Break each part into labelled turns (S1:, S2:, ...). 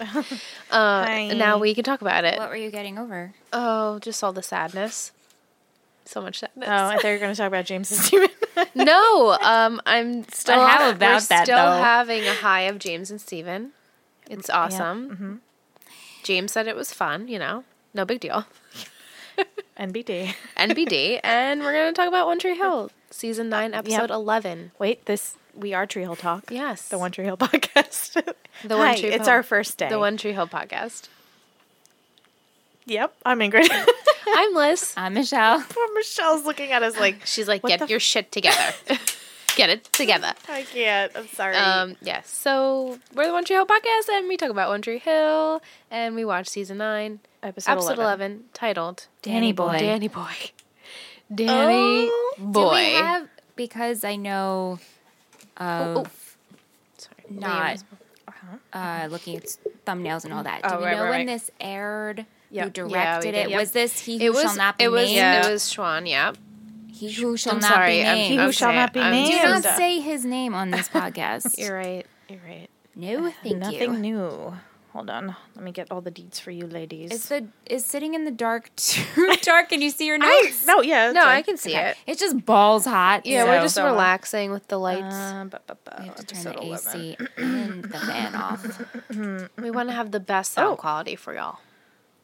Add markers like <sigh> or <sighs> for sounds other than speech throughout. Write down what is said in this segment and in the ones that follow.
S1: <laughs> fine.
S2: oh, Uh, now we can talk about it.
S1: What were you getting over?
S2: Oh, just all the sadness. So much sadness.
S1: Oh, I thought you were going to talk about James's
S3: <laughs>
S1: demon.
S2: <laughs> no, um, I'm still.
S1: how
S2: we're
S1: about that,
S2: Still
S1: though?
S2: having a high of James and Steven. It's awesome.
S1: Mm-hmm.
S2: James said it was fun. You know, no big deal.
S1: NBD.
S2: NBD, and we're gonna talk about One Tree Hill, season nine, episode eleven.
S1: <laughs> Wait, this we are Tree Hill Talk.
S2: Yes.
S1: the One Tree Hill <laughs> podcast.
S2: The One
S1: Hi,
S2: Tree
S1: It's
S2: Hill-
S1: our first day.
S2: The One Tree Hill
S1: <laughs>
S2: podcast.
S1: Yep, I'm Ingrid. <laughs>
S2: I'm Liz.
S3: I'm Uh, Michelle.
S1: Poor Michelle's looking at us like
S2: She's like,
S1: What
S2: get
S1: the
S2: your shit together. get it together.
S1: I can't. I'm sorry.
S2: Um, yes. So we're the One Tree Hill podcast, and we talk about One Tree Hill, and we watch season nine,
S1: Episode
S2: episode
S1: 11.
S2: 11, titled
S3: Danny Boy.
S2: Danny Boy. Danny
S1: Oh,
S2: <laughs> Boy.
S3: Do we have, because I know of
S2: oh. Sorry.
S3: not
S2: Liam's-
S1: Uh-huh.
S3: uh, looking at thumbnails and all that. Do
S1: Oh,
S3: we
S1: right,
S3: know
S1: right,
S3: when
S1: right.
S3: this aired?
S1: Yeah. Yeah,
S3: Who
S1: we
S3: directed
S2: did.
S3: it?
S2: Yep.
S3: Was this He Who
S2: It was.
S3: Shall Not Be
S2: it was.
S3: Named?
S1: Yeah.
S2: It was Schwan. Yeah.
S3: He Who Shall
S2: I'm
S3: Not
S2: sorry.
S3: Be
S2: I'm-
S3: Named.
S1: uh, He Who
S2: I'm
S1: Shall Not Be
S2: I'm
S1: Named.
S3: Do
S2: so
S3: not
S1: Named.
S3: say his name
S2: <laughs>
S3: on this podcast.
S2: You're right. You're right.
S3: no, thank
S1: Nothing
S3: you.
S1: new. Hold on. Let me get all the deeds for you, ladies.
S3: Is the is sitting in the dark <laughs>
S1: <laughs>
S3: too dark? Can you see your
S1: I,
S3: notes?
S1: no, yeah.
S2: No,
S1: that's
S2: I
S1: right.
S2: can see
S3: Okay.
S2: it.
S3: It's just balls hot.
S2: Yeah,
S3: so
S2: we're just
S1: so-
S2: relaxing with the lights.
S1: Uh, bu- bu- bu-
S3: we have to turn
S1: episode
S3: the
S1: 11.
S3: AC and the fan off.
S2: we want to have the best sound
S1: Oh.
S2: quality for y'all.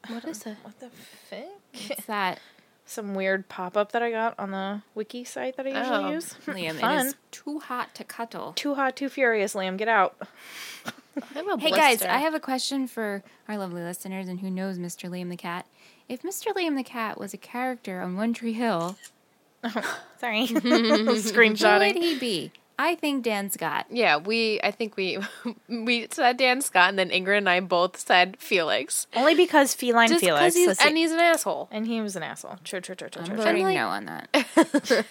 S2: What is it?
S1: What the fuck?
S3: What's that?
S1: Some weird pop up that I got on the wiki site that I usually
S2: Oh,
S1: use. <laughs>
S3: Liam, it
S1: Fun.
S3: is too hot to cuddle.
S1: Too hot, too furious, Liam. Get out.
S2: I have a
S3: Hey guys,
S2: blister.
S3: I have a question for our lovely listeners and who knows Mr. Liam the Cat. If Mr. Liam the Cat was a character on One Tree Hill, <laughs>
S1: Sorry.
S3: who would
S1: <laughs> Screenshotting.
S3: he be? I think Dan Scott.
S2: Yeah, we. I think we <laughs> we said Dan Scott, and then Ingrid and I both said Felix,
S1: Only because feline
S2: just because
S1: Felix.
S2: he's
S1: Let's see.
S2: and he's an asshole.
S1: And he was an asshole. True, true, true, true,
S3: I'm
S1: true.
S3: voting
S2: like-
S3: no on that.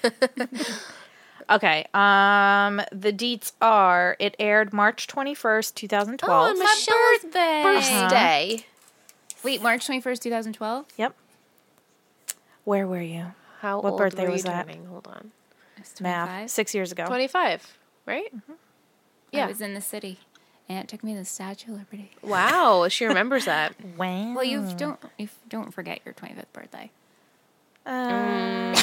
S1: Okay. Um, the deets are it aired March twenty first, two thousand
S2: Oh,
S1: twelve.
S2: and Michelle's
S3: birthday.
S2: birthday.
S3: Wait, March 21st, 2012?
S1: yep. Where were you?
S2: How
S1: What
S2: old
S1: birthday
S2: were
S1: was
S2: you
S1: that?
S2: turning? Hold on,
S3: I was
S1: Math.
S3: 25.
S1: Six years ago.
S2: twenty-five, right?
S3: I
S2: Yeah.
S3: was in the city and it took me to the Statue of Liberty.
S2: Wow, she remembers that.
S1: Wow.
S3: Well, you don't you don't forget your 25th birthday.
S1: Uh, <laughs>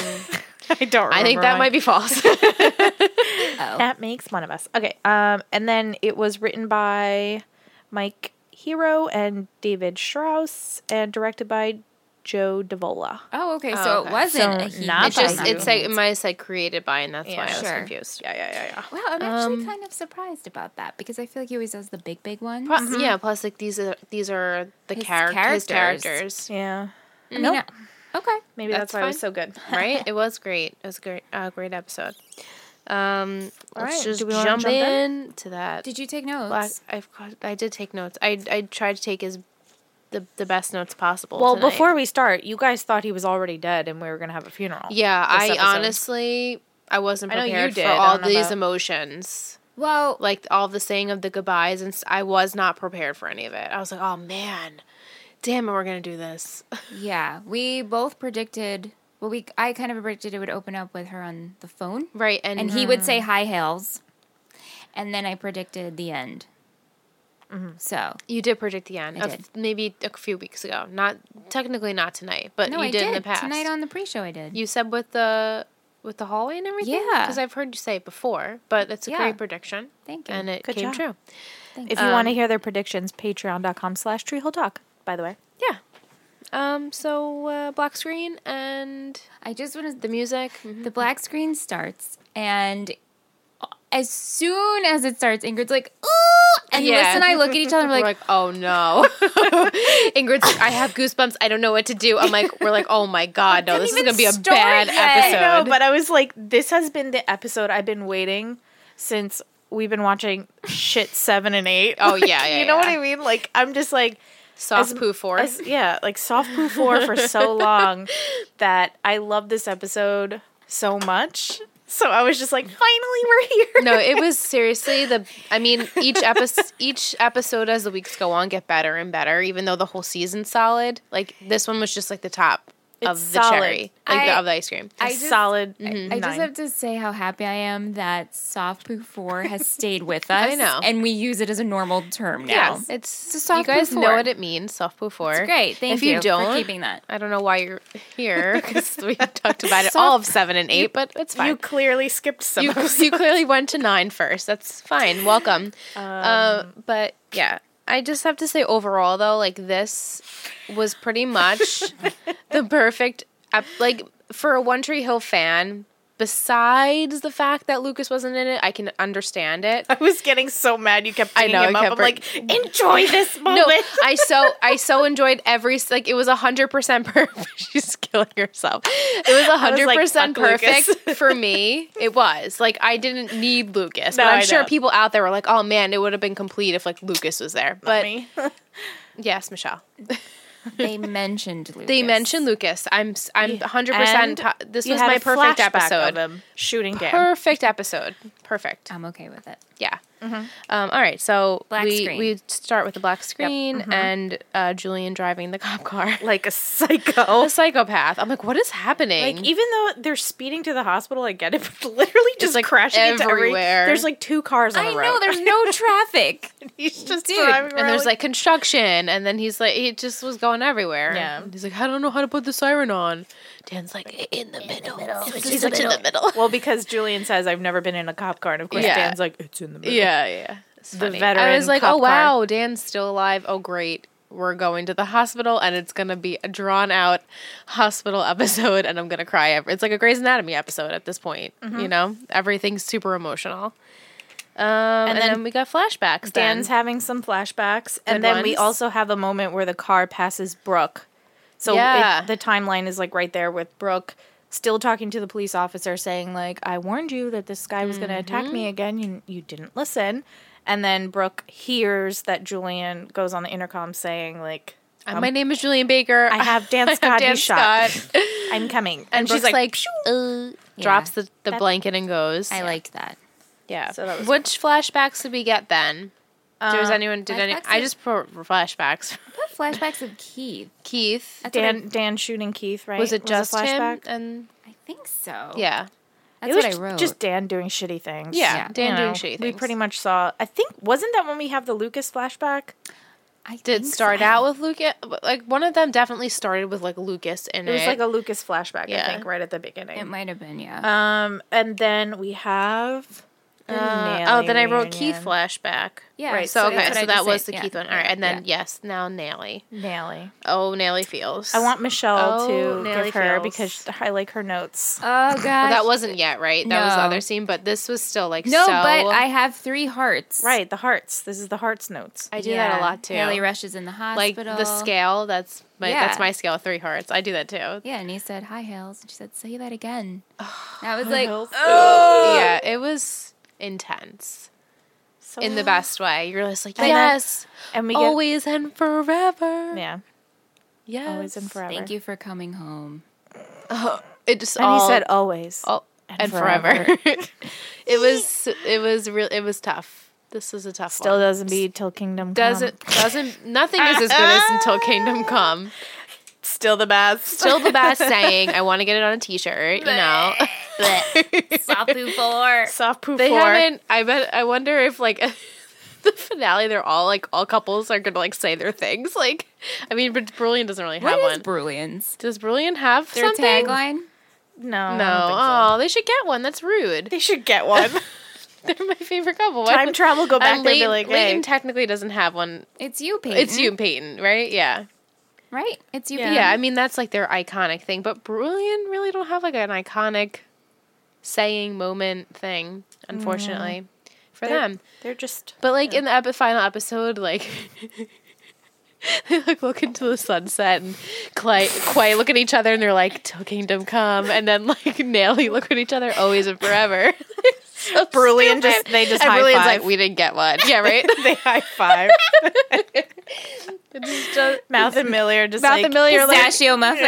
S1: I don't. Remember
S2: <laughs> Mm. I think that
S1: mine.
S2: might be false.
S3: Oh.
S1: That makes one of us. Okay. Um, and then it was written by Mike Hero and David Strauss and directed by Joe Davola.
S3: Oh, okay. So
S2: Oh, okay.
S3: it wasn't
S1: So
S3: a he.
S1: not
S2: it just
S1: by you.
S2: it said it might have said created by, and that's why I was
S3: Sure.
S2: confused.
S1: Yeah, yeah, yeah, yeah.
S3: Wow, I'm actually
S2: Um,
S3: kind of surprised about that because I feel like he always does the big, big ones.
S2: Pro- Yeah. Plus, like these are these are the
S3: His
S2: charac- his
S3: characters.
S2: characters,
S1: Yeah.
S3: I mean,
S1: Nope.
S3: I- okay.
S1: Maybe that's,
S2: That's
S1: why it was
S2: fine.
S1: so <laughs> good.
S2: right? It was great. It was a great, uh, great episode. Um, let's
S1: right,
S2: just
S1: do we wanna
S2: jump,
S1: jump in?
S2: in to that.
S3: Did you take notes?
S2: Black, I've got, I did take notes. I I tried to take as the the best notes possible.
S1: Well,
S2: tonight.
S1: before we start, you guys thought he was already dead and we were going to have a funeral.
S2: yeah,
S1: this
S2: I
S1: episode.
S2: honestly I wasn't
S1: I know you
S2: prepared
S1: did.
S2: for
S1: I
S2: all
S1: don't know
S2: these
S1: about-
S2: emotions,
S3: Well,
S2: like all the saying of the goodbyes, and s- I was not prepared for any of it. I was like, oh man, damn it, we're gonna do this.
S3: yeah, we both predicted. Well, we I kind of predicted it would open up with her on the phone,
S2: Right, and,
S3: and he would say
S2: Mm-hmm.
S3: "Hi, Hales," and then I predicted the end.
S2: Mm-hmm.
S3: So
S2: You did predict the end,
S3: I
S2: of-
S3: did.
S2: maybe a few weeks ago. Not technically not tonight, but
S3: no,
S2: you
S3: I
S2: did,
S3: did
S2: in the past.
S3: tonight on the pre-show. I did.
S2: You said with the with the hallway and everything.
S3: Yeah.
S2: because I've heard you say it before, but it's a
S3: Yeah.
S2: great prediction.
S3: Thank you.
S2: and it
S1: Good
S2: came
S1: job.
S2: true.
S1: If you
S2: um,
S1: want to hear their predictions, patreon.com slash treehole talk, by the way.
S2: Yeah. Um. So uh, black screen and
S3: I just wanted
S2: the music.
S3: The black screen starts, and as soon as it starts, Ingrid's like, "Ooh!" And
S2: Yeah.
S3: Liz and I look at each other and we're
S2: We're
S3: like,
S2: <laughs> like, oh no, Ingrid's like, I have goosebumps. I don't know what to do. I'm like, we're like, oh my god, no, this is
S3: even
S2: gonna be a
S3: start
S2: bad
S3: yet.
S2: episode.
S1: I know, but I was like, this has been the episode I've been waiting since we've been watching shit seven and eight.
S2: Oh,
S1: Like, <laughs>
S2: yeah, yeah,
S1: you know what
S2: yeah.
S1: I mean? Like I'm just like
S2: Soft
S1: as-
S2: poo for
S1: as- yeah, like soft poo four for
S2: <laughs>
S1: so long that I love this episode so much. So I was just like, finally we're here. <laughs>
S2: No, it was seriously the. I mean, each episode, each episode as the weeks go on, get better and better. Even though the whole season's solid, like this one was just like the top of
S1: It's
S2: the
S1: solid.
S2: cherry, like the,
S3: I-
S2: of the ice cream.
S1: A
S3: I just-
S1: solid.
S2: Mm-hmm.
S3: I
S1: nine.
S3: just have to say how happy I am that soft poo four has stayed with
S2: <laughs>
S3: us.
S2: I know.
S3: and we use it as a normal term now.
S2: Yeah, it's,
S3: It's a soft
S2: you guys
S3: poo
S2: know
S3: four.
S2: what it means, soft poo four.
S3: It's great. Thank
S2: if you,
S3: you for
S2: don't,
S3: keeping that.
S2: <laughs> I don't know why you're here because
S3: <laughs>
S2: we talked about it all of seven and eight, but it's fine.
S1: You clearly skipped
S2: <laughs>
S1: some.
S2: you,
S1: of us.
S2: you clearly went to nine first. That's fine. Welcome.
S1: Um,
S2: uh, but yeah, I just have to say overall though, like this was pretty
S1: <laughs>
S2: much the perfect ep- like for a One Tree Hill fan. Besides the fact that Lucas wasn't in it, I can understand it.
S1: <laughs> I was getting so mad. You kept
S2: I
S1: bringing
S2: know,
S1: him
S2: I
S1: up.
S2: kept
S1: I'm like,
S2: <laughs>
S1: enjoy this moment.
S2: No, I so I so enjoyed every s- like it was hundred percent <laughs> perfect. She's killing herself. It was hundred percent
S1: "Fuck Lucas."
S2: perfect for me. It was like I didn't need Lucas,
S1: No,
S2: but I'm
S1: I
S2: sure
S1: know.
S2: people out there were like, "Oh man, it would have been complete if like Lucas was there."
S1: <laughs>
S2: But
S1: Me.
S2: yes, Michelle,
S3: They mentioned Lucas.
S2: they mentioned Lucus. I'm s- I'm hundred
S1: And
S2: percent. This
S1: you
S2: was
S1: had
S2: my
S1: a
S2: perfect
S1: flashback Of
S2: episode.
S1: him shooting down.
S2: Perfect episode. Perfect.
S3: I'm okay with it.
S2: Yeah. Um, all right. So
S3: Black
S2: we
S3: screen.
S2: we start with the black screen and uh, Julian driving the cop car.
S1: Like a
S2: <laughs>
S1: psycho.
S2: a psychopath. I'm like, what is happening?
S1: Like even though they're speeding to the hospital, I get it, <laughs> but literally just
S2: like,
S1: crashing Into
S2: everywhere.
S1: every, there's like two cars on
S3: I
S1: the road.
S3: know
S2: <laughs>
S3: there's no traffic.
S1: <laughs> He's just
S3: Dude,
S1: driving around.
S2: and there's like construction, and then he's like, he just was going everywhere.
S1: Yeah.
S2: And he's like, I don't know how to put the siren on. Dan's like, in the middle. It was just in the middle.
S1: well, because Julian says I've never been in a cop car, and of course
S2: Yeah.
S1: Dan's like, it's in the middle.
S2: <laughs> Yeah, yeah. It's
S1: The
S2: funny. I
S1: veteran
S2: was like,
S1: cop
S2: oh
S1: car."
S2: wow, Dan's still alive. Oh great, we're going to the hospital, and it's gonna be a drawn out hospital <laughs> episode, and I'm gonna cry. Every- it's like a Grey's Anatomy episode at this point.
S1: Mm-hmm.
S2: You know, everything's super emotional. Um, and, then,
S1: then
S2: we got flashbacks. then.
S1: Dan's having some flashbacks,
S2: Good
S1: and then we
S2: ones.
S1: also have a moment where the car passes Brooke. So it-
S2: Yeah.
S1: the timeline is like right there with Brooke still talking to the police officer, saying like, "I warned you that this guy was going to attack
S2: Mm-hmm.
S1: me again, and you didn't listen." And then Brooke hears that Julian goes on the intercom saying like,
S2: Uh, my name is Julian Baker.
S1: I
S2: <laughs>
S1: have Dan
S2: I have
S1: Scott, you shot.
S2: Scott. and,
S1: "I'm coming," and,
S2: she's like, "Uh," drops the, the
S1: That-
S2: blanket and goes.
S3: I liked that.
S2: yeah.
S1: So that was-
S2: Which flashbacks did we get then? Does anyone did any?
S3: flashbacks
S2: I
S3: of-
S2: just pro- flashbacks. <laughs>
S3: What flashbacks of Keith?
S2: Keith
S3: That's what I-
S1: Dan Dan shooting Keith, right?
S2: was it just
S1: a
S2: him? And
S3: I, think so.
S2: yeah,
S3: that's
S1: it was
S3: what I wrote.
S1: just Dan doing shitty things.
S2: yeah,
S3: Yeah.
S2: Dan
S1: You
S2: doing
S1: know,
S2: shitty things.
S1: We pretty much saw. I think wasn't that when we have the Lucas flashback?
S3: I
S2: did
S3: think
S2: start
S3: so.
S2: out with Lucas. Like one of them definitely started with like Lucas in
S1: It was
S2: it.
S1: like a Lucas flashback,
S2: Yeah.
S1: I think, right at the
S3: It
S1: beginning.
S3: might have been yeah.
S1: Um, and then we have. the
S2: Uh, oh,
S1: Nally
S2: then I wrote Keith
S1: reunion.
S2: flashback.
S3: yeah.
S1: right,
S2: So,
S3: that's
S2: okay,
S3: what I
S2: so
S3: just
S2: that was
S3: said,
S2: the
S3: yeah.
S2: Keith one. All right, and then yes, now Nally.
S1: Nally.
S2: Oh, Nally feels.
S1: I want Michelle
S2: Oh,
S1: to
S2: Nally
S1: give her
S2: feels.
S1: because I like her notes.
S3: Oh god.
S2: Well, that wasn't yet, right? That was the
S3: No.
S2: other scene, but this was still like
S3: no,
S2: so-
S3: but I have three hearts.
S1: right, the hearts. This is the hearts notes.
S2: I do that a lot too.
S3: Haley rushes in the
S2: like
S3: hospital.
S2: the scale. That's my that's
S3: Yeah.
S2: my scale. Three hearts. I do that too. Yeah,
S3: Yeah, and he said, "Hi, Hales," and she said, "Say that again." And I was like,
S1: Hales.
S2: it was intense
S1: <gasps>
S2: <gasps>
S1: So-
S2: in the best way. You're just like
S1: And then-
S2: yes,
S1: And Oh. we get
S2: always and forever.
S1: yeah,
S2: yes.
S1: always and forever.
S3: "Thank you for coming home."
S2: It just
S1: And
S2: all,
S1: he said always.
S2: all and,
S1: and
S2: forever. <laughs> it was it was real. It was tough. This was a tough
S1: Still
S2: one.
S1: doesn't be till kingdom come.
S2: doesn't doesn't nothing is as good as until kingdom come.
S1: still the best.
S2: Still the best saying. I want to get it on a T-shirt. <laughs> <laughs> You know, <laughs>
S3: Sapu four.
S1: soft poo
S2: they
S1: four.
S2: haven't. I bet. I wonder if like <laughs> the finale, they're all like all couples are gonna like say their things. Like, I mean, but Brilliant doesn't really have
S3: What is
S2: one.
S3: Brilliance?
S2: Does Brilliant have
S3: Their
S2: something?
S3: tagline.
S1: No, I don't
S2: No.
S1: think so.
S2: Oh, they should get one. That's rude. <laughs>
S1: They should get <laughs> one.
S2: They're my favorite couple. Why
S1: Time
S2: would-
S1: travel. Go back
S2: And
S1: there and be
S2: Leighton-
S1: like,
S2: Leighton
S1: hey.
S2: technically doesn't have one.
S3: It's you, Peyton.
S2: It's you, Peyton, right? Yeah.
S3: right? It's you,
S2: Yeah.
S3: Peyton.
S2: I mean that's like their iconic thing, but Brilliant really don't have like an iconic saying moment thing, unfortunately, for
S1: Mm. They're-
S2: them.
S1: They're just
S2: But like in the epi- final episode, like <laughs> they like look into the sunset and Clay, Quay look at each other and they're like, "Till kingdom come," and then like <laughs> Nelly look at each other, always and forever. <laughs> so
S1: <laughs> Brilliant.
S2: stupid.
S1: Just they just
S2: and
S1: high
S2: Brilliant's
S1: five.
S2: like, "We didn't get one." Yeah, right.
S1: <laughs> they high five.
S2: <laughs> it's just
S1: Mouth and Millie are just
S2: Mouth
S1: like,
S2: and Millie are like,
S3: Pistachio
S1: <laughs>
S3: muffin.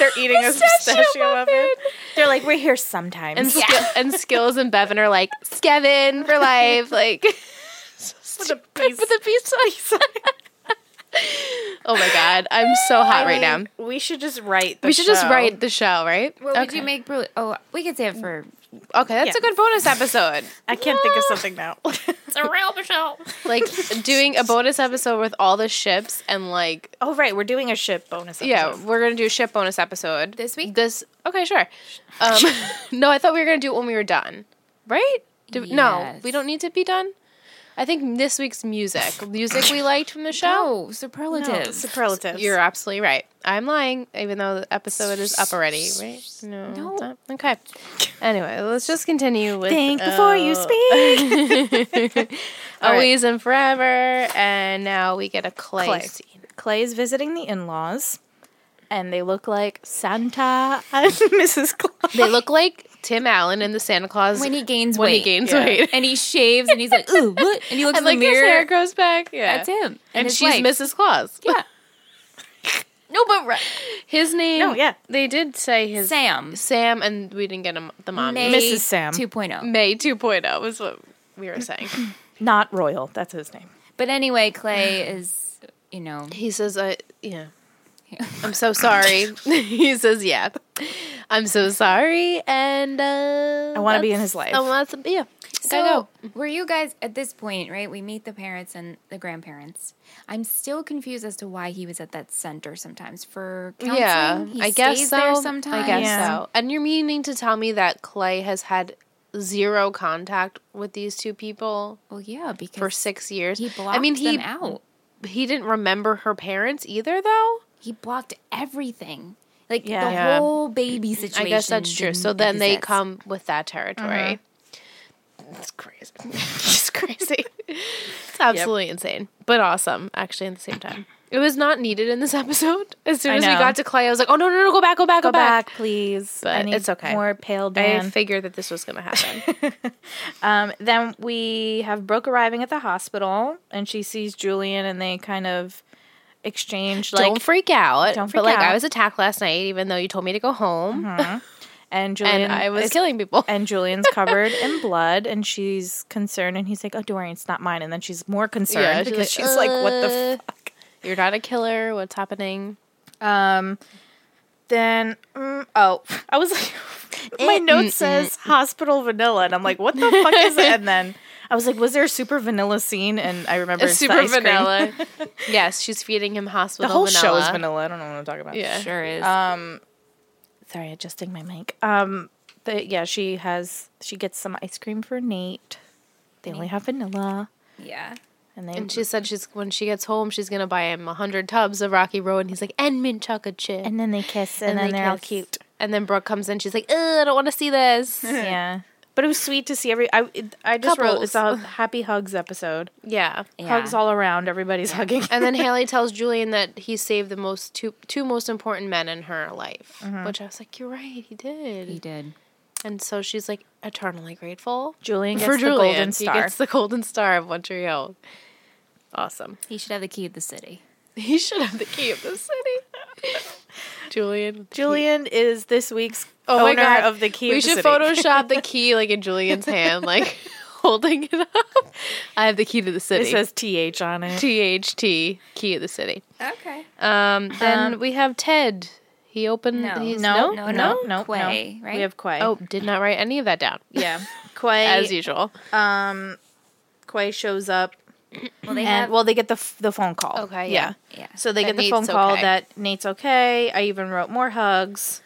S1: they're eating a
S2: Pistachio
S1: pistachio
S2: muffin.
S1: muffin. They're like, we're here
S2: and,
S1: <laughs> sometimes.
S2: Skill and Skills and Bevan are like, "Skevin for life," like <laughs>
S1: <laughs> With a
S2: with
S1: piece.
S2: the pizza. <laughs> Oh my god, I'm so hot right now.
S1: We should just write. The
S2: We should just
S1: show.
S2: write the show, right?
S3: What would
S2: Okay.
S3: you make? Bru- oh, we could say it for.
S2: Okay, that's a
S1: Yeah.
S2: good bonus
S1: <laughs>
S2: episode.
S1: I can't think of
S2: <laughs>
S1: something now.
S3: a real show.
S2: like doing a bonus episode with all the ships and like
S1: oh right, we're doing a ship bonus. Episode.
S2: yeah, we're gonna do a ship bonus episode
S3: This week?
S2: This okay, sure. Um, <laughs> no, I thought we were gonna do it when we were done, right? Do, No,
S3: Yes.
S2: we don't need to be done. I think this week's music, music we liked from the show.
S3: No,
S1: no,
S3: superlatives.
S1: superlatives.
S2: You're absolutely right. I'm lying, even though the episode is up already, right? No.
S3: No.
S2: it's not? Okay. Anyway, let's just continue with
S1: think before
S2: uh,
S1: you speak. All right.
S2: Always and forever, and now we get a clay,
S1: Clay.
S2: scene.
S1: Clay's visiting the in-laws, and they look like
S2: <laughs>
S1: Santa and Mrs. Claus.
S2: They look like Tim Allen in the Santa Claus
S3: When he gains
S2: when
S3: weight.
S2: he gains
S1: Yeah.
S2: weight.
S3: and he shaves and he's like, ooh, what?
S2: <laughs>
S3: And he looks
S2: And
S3: in
S2: like
S3: the
S2: his hair
S3: mirror.
S2: grows back. Yeah.
S3: That's him.
S2: And,
S3: his
S2: she's
S3: wife.
S2: Mrs. Claus.
S3: Yeah. no, but right.
S2: His name.
S1: No, yeah.
S2: They did say his
S3: Sam.
S2: Sam, and we didn't get him the mom.
S3: May
S1: Mrs. Sam.
S3: 2.0.
S2: May 2.0 was what we were saying.
S1: Not royal. That's his name.
S3: But anyway, Clay is, you know,
S2: he says, "I yeah, <laughs> I'm so sorry." <laughs> he says, "Yeah, I'm so sorry," and uh,
S1: I wanna be in
S2: that's-
S1: his life.
S2: I want to be. Yeah, I
S3: So,
S2: know.
S3: were you guys at this point, right? We meet the parents and the grandparents. I'm still confused as to why he was at that center sometimes for counseling.
S2: Yeah,
S3: he
S2: I guess
S3: stays
S2: so.
S3: there sometimes.
S2: I guess
S1: Yeah.
S2: so. And you're meaning to tell me that Clay has had zero contact with these two people
S3: Well, yeah, because
S2: for six years?
S3: he blocked
S2: I mean, he
S3: them out.
S2: he didn't remember her parents either, though.
S3: He blocked everything, like
S1: Yeah.
S3: the
S2: Yeah.
S3: whole baby situation.
S2: I guess that's true. So
S3: didn't
S2: then they
S3: exist.
S2: come with that territory.
S1: Uh-huh.
S2: It's crazy. <laughs> it's crazy. It's absolutely insane, but awesome actually. At the same time, it was not needed in this episode. As soon
S1: I
S2: as we
S1: know.
S2: got to Clay, I was like, "Oh no, no, no! Go back, go back, go,
S1: Go
S2: back.
S1: back, please.
S2: But
S1: I need
S2: it's okay.
S1: More pale Dan.
S2: I figured that this was <laughs> going to happen.
S1: Um, then we have Brooke arriving at the hospital, and she sees Julian, and they kind of exchange like,
S2: don't freak out.
S1: Don't
S2: but
S1: freak
S2: like I
S1: out. Mm-hmm.
S2: was attacked last night, even though you told me to go home,
S1: and Julian
S2: and I was
S1: is-
S2: killing people.
S1: and Julian's covered in blood, and she's concerned, and he's like, "Oh, don't worry, it's not mine." And then she's more
S2: <laughs>
S1: concerned
S2: Yeah, she's
S1: because
S2: like,
S1: she's like, "What
S2: "Uh."
S1: the fuck?"
S2: You're not a killer. What's happening?
S1: Um, then mm, oh, <laughs> I was like, my
S2: Eh, mm,
S1: note says hospital vanilla, and I'm like, "What the fuck is it?" And then I was like, "Was there a super vanilla scene?" And I remember it's the ice cream.
S2: <laughs> yes, she's feeding him hospital.
S1: The whole
S2: vanilla.
S1: show is vanilla. I don't know what I'm talking about.
S2: Yeah.
S3: Sure is.
S1: sorry adjusting my mic um the, yeah she has she gets some ice cream for nate they only have vanilla
S3: yeah.
S1: and they
S2: And she said she's when she gets home, she's gonna buy him a hundred tubs of Rocky Road, and he's like, and mint chocolate chip. And,
S1: and then they kiss and, then
S2: they
S1: they are all
S2: kiss.
S1: cute
S2: <laughs> then Brooke comes in, she's like, Ugh, I don't want to see
S1: <laughs>
S2: this.
S1: yeah but it was sweet to see every i it, i just wrote it's a
S2: Couples.
S1: happy hugs episode
S2: yeah.
S1: hugs all around everybody's hugging
S2: And then Haley tells Julian that he saved the most two two most important men in her life, which I was like, you're right, he did.
S3: He did.
S2: And so she's like eternally grateful
S1: <laughs> julian gets
S2: for
S1: the
S2: Julian.
S1: golden star
S2: He gets the golden star of One Hill. Awesome.
S3: He should have the key of the city.
S2: <laughs> He should have the key of the city. Julian.
S1: julian is this week's
S2: Oh my
S1: owner
S2: God.
S1: of the key
S2: we
S1: of the
S2: should
S1: city.
S2: Photoshop the key like in Julian's hand, like <laughs> holding it up. I have the key to the
S1: it
S2: city.
S1: says th on it
S2: THT, key of the city.
S3: Okay.
S2: Um, then we have Ted. He opened.
S3: No.
S2: he's-
S1: no
S3: no,
S1: no
S3: no,
S1: no no
S3: Quay, right?
S1: we have quay
S2: Oh, did not write any of that down.
S1: yeah
S2: <laughs>
S1: quay
S2: As usual.
S1: quay shows up
S3: Well, they
S1: and
S3: have.
S1: well they get the f- the phone call
S2: Okay, yeah.
S3: yeah.
S1: So they
S2: That
S1: get the
S2: Nate's
S1: phone call
S2: okay.
S1: that Nate's okay. I even wrote more hugs.